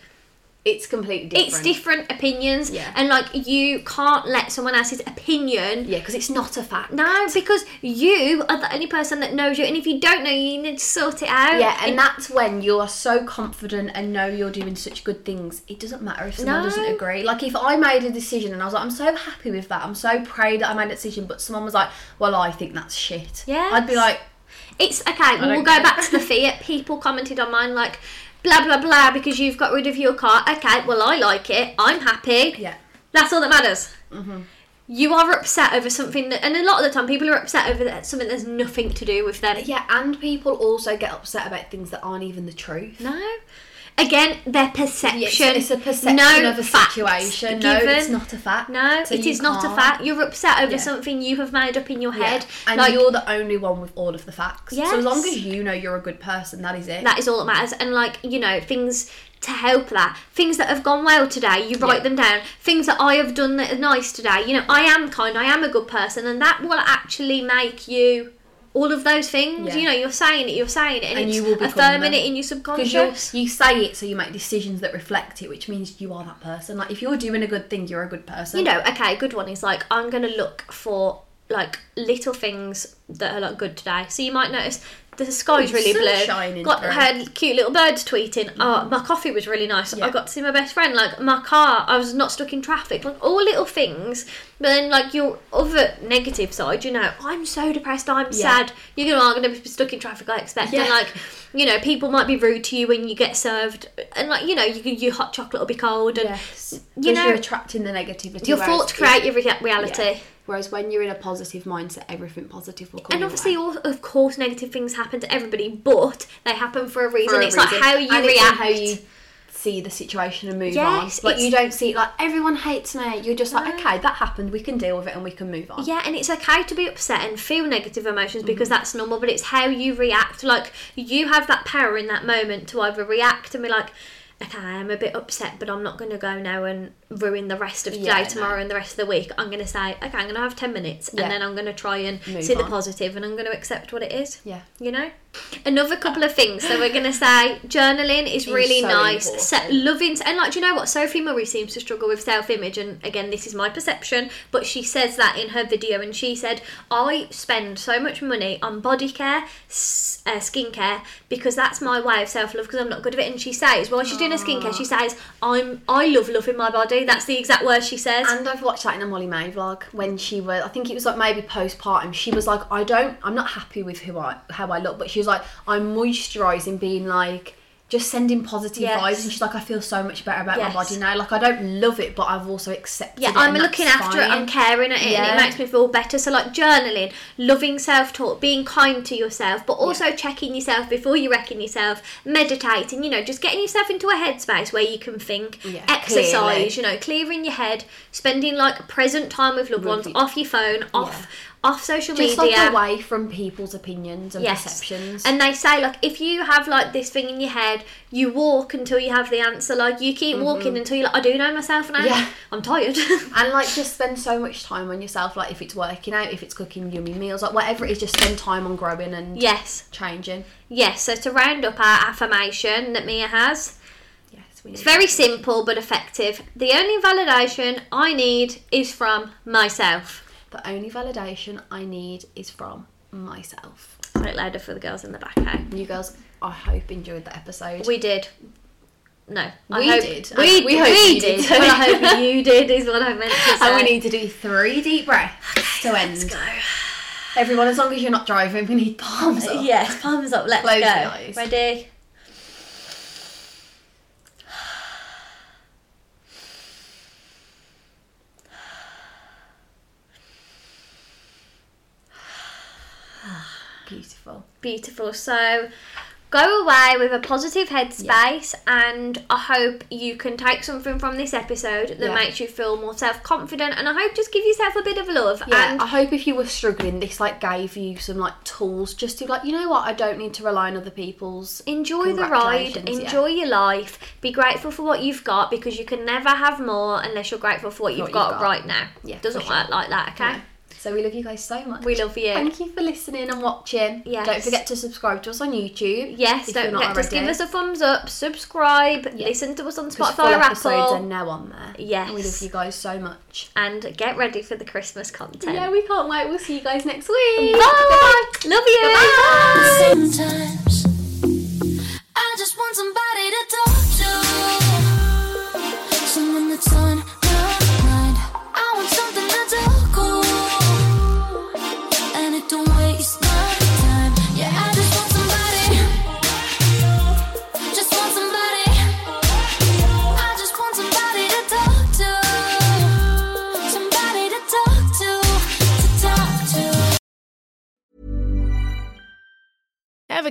It's completely different.
It's different opinions,
Yeah.
and like you can't let someone else's opinion.
Yeah, because it's not a fact.
No, because you are the only person that knows you, and if you don't know, you need to sort it out.
yeah and that's when you are so confident and know you're doing such good things it doesn't matter if someone
No.
doesn't agree like if i made a decision and i was like i'm so happy with that i'm so proud that i made a decision but someone was like well i think that's shit i'd be
Yes.
like
It's okay. We'll go
don't care.
back to the Fiat. People commented on mine like, blah blah blah, because you've got rid of your car. Okay, well I like it. I'm happy.
Yeah.
That's all that matters.
Mm-hmm.
You are upset over something, that, and a lot of the time people are upset over that, something that's nothing to do with them.
Yeah, and people also get upset about things that aren't even the truth.
No. Again, their perception.
Yeah, it's, it's a perception
no
of a
facts
situation. No,
given.
it's not a fact.
No,
So
it
you
is not a
can't-
fact. You're upset over
Yeah.
something you have made up in your
Yeah.
head.
And
like,
you're the only one with all of the facts. So as long
Yes.
as you know you're a good person, that is it.
that is all that matters. And like you know, things to help that things that have gone well today, you write them down. Things that I have done that are nice today. You know, I am kind. I am a good person, and that will actually make you. All of those things,
Yeah.
you know, you're saying it, you're saying it, and,
And
it's
you will become
affirming
them.
it in your
because you
subconscious.
you say it, so you make decisions that reflect it, which means you are that person. Like if you're doing a good thing, you're a good person.
you know, okay, a good one is like I'm gonna look for like little things that are like good today. So you might notice the sky's
Ooh,
really
sun's
blue.
shining
got
through.
heard cute little birds tweeting. Oh, my coffee was really nice. I
Mm. Yeah.
got to see my best friend. Like my car, I was not stuck in traffic. Like all little things. But then like your other negative side, you know, I'm so depressed. I'm sad. You're gonna are gonna be stuck in traffic. I expect. And
Yeah.
like you know, people might be rude to you when you get served. And like you know, you your hot chocolate will be cold. And
yes.
you
Because
know-
you're attracting the negativity.
your
whereas
thoughts
if-
create your rea- reality.
Yeah. Whereas when you're in a positive mindset, everything positive will come.
And
your
obviously,
way.
all, of course, negative things happen to everybody, but they happen for a reason.
For a
it's like
reason.
how you
And it's
react.
how you see the situation and move
Yes,
on. Like
it's-
you don't see it like everyone hates me. You're just like okay,
Okay, that happened. We can deal with it and we can move on.
Yeah, and it's okay to be upset and feel negative emotions because
Mm-hmm.
that's normal, but it's how you react. Like, you have that power in that moment to either react and be like, okay, I'm a bit upset, but I'm not going to go now and ruin the rest of today,
Yeah, I know.
tomorrow, and the rest of the week. I'm going to say, okay, I'm going to have 10 minutes
Yeah.
and then I'm going to try and
Move
see the
on.
positive and I'm going to accept what it is.
Yeah.
You know? Another couple of things that we're going to say journaling is really
so
nice. Se- loving, and like, do you know what? Sophie Murray seems to struggle with self image, and again, this is my perception, but she says that in her video, and she said, I spend so much money on body care, s- uh, skincare, because that's my way of self love because I'm not good at it. And she says, while she's doing her skincare, she says, I'm, I love loving my body. That's the exact word she says.
And I've watched that in a Molly May vlog when she was, I think it was like maybe postpartum. She was like, I don't, I'm not happy with who I, how I look, but she was like, I'm moisturising, being like, just sending positive
Yes.
vibes. And she's like, I feel so much better about
Yes.
my body now. Like I don't love it, but I've also accepted.
Yeah,
it
I'm
and
looking
that's
after it. I'm
fine.
caring at it,
Yeah.
and it makes me feel better. So, like journaling, loving self-talk, being kind to yourself, but also checking yourself before you wrecking yourself, meditating. You know, just getting yourself into a headspace where you can think, exercise.
clearly.
You know, clearing your head, spending like present time with loved ones, off your phone, off off social
Just
media.
like away from people's opinions and
Yes.
perceptions.
And they say like if you have like this thing in your head, you walk until you have the answer. Like you keep walking until you're like, I do know myself now.
Mm-hmm. Yeah.
I'm tired.
And like just spend so much time on yourself, like if it's working out, if it's cooking yummy meals, like whatever it is, just spend time on growing and
yes.
changing.
Yes, so to round up our affirmation that Mia has,
Yes, we
it's
need
very simple but effective. The only validation I need is from myself.
the only validation I need is from myself.
Put it louder for the girls in the back, hey?
You girls, I hope enjoyed the episode.
We did. No, I
We
hope-
did.
We,
We hope
we
you
did.
did.
well, I hope you did is what I meant to say.
and we need to do three deep breaths to end. Everyone, as long as you're not driving, we need palms up.
Yes, palms up. Let's
Close
go.
your eyes.
Ready?
Beautiful.
Beautiful. So go away with a positive headspace and I hope you can take something from this episode that
Yeah.
makes you feel more self-confident and I hope just give yourself a bit of love
Yeah,
and
I hope if you were struggling, this like gave you some like tools just to like, you know what, I don't need to rely on other people's.
enjoy the ride,
Congratulations, yeah.
enjoy your life, be grateful for what you've got because you can never have more unless you're grateful for what, you've,
you've
got
got.
right now.
Yeah, for
Doesn't
sure.
work like that, okay?
So we love you guys so much.
We love you.
Thank you for listening and watching.
Yes.
Don't forget to subscribe to us on YouTube.
Yes,
if
don't
you're not
forget to give
already.
us a thumbs up, subscribe,
Yeah.
listen to us on
'Cause
Spotify or
full episodes are
Apple,
now on there.
Yes.
And we love you guys so much.
and get ready for the Christmas content.
Yeah, we can't wait. We'll see you guys next week.
Bye. Love you. Bye.
Sometimes I just want somebody to talk to. Someone that's on my mind. I want something that's all cool. And it don't waste my time. Yeah, I just want somebody. Just want somebody. I just want somebody to talk to. Somebody to talk to. To talk to.
Ever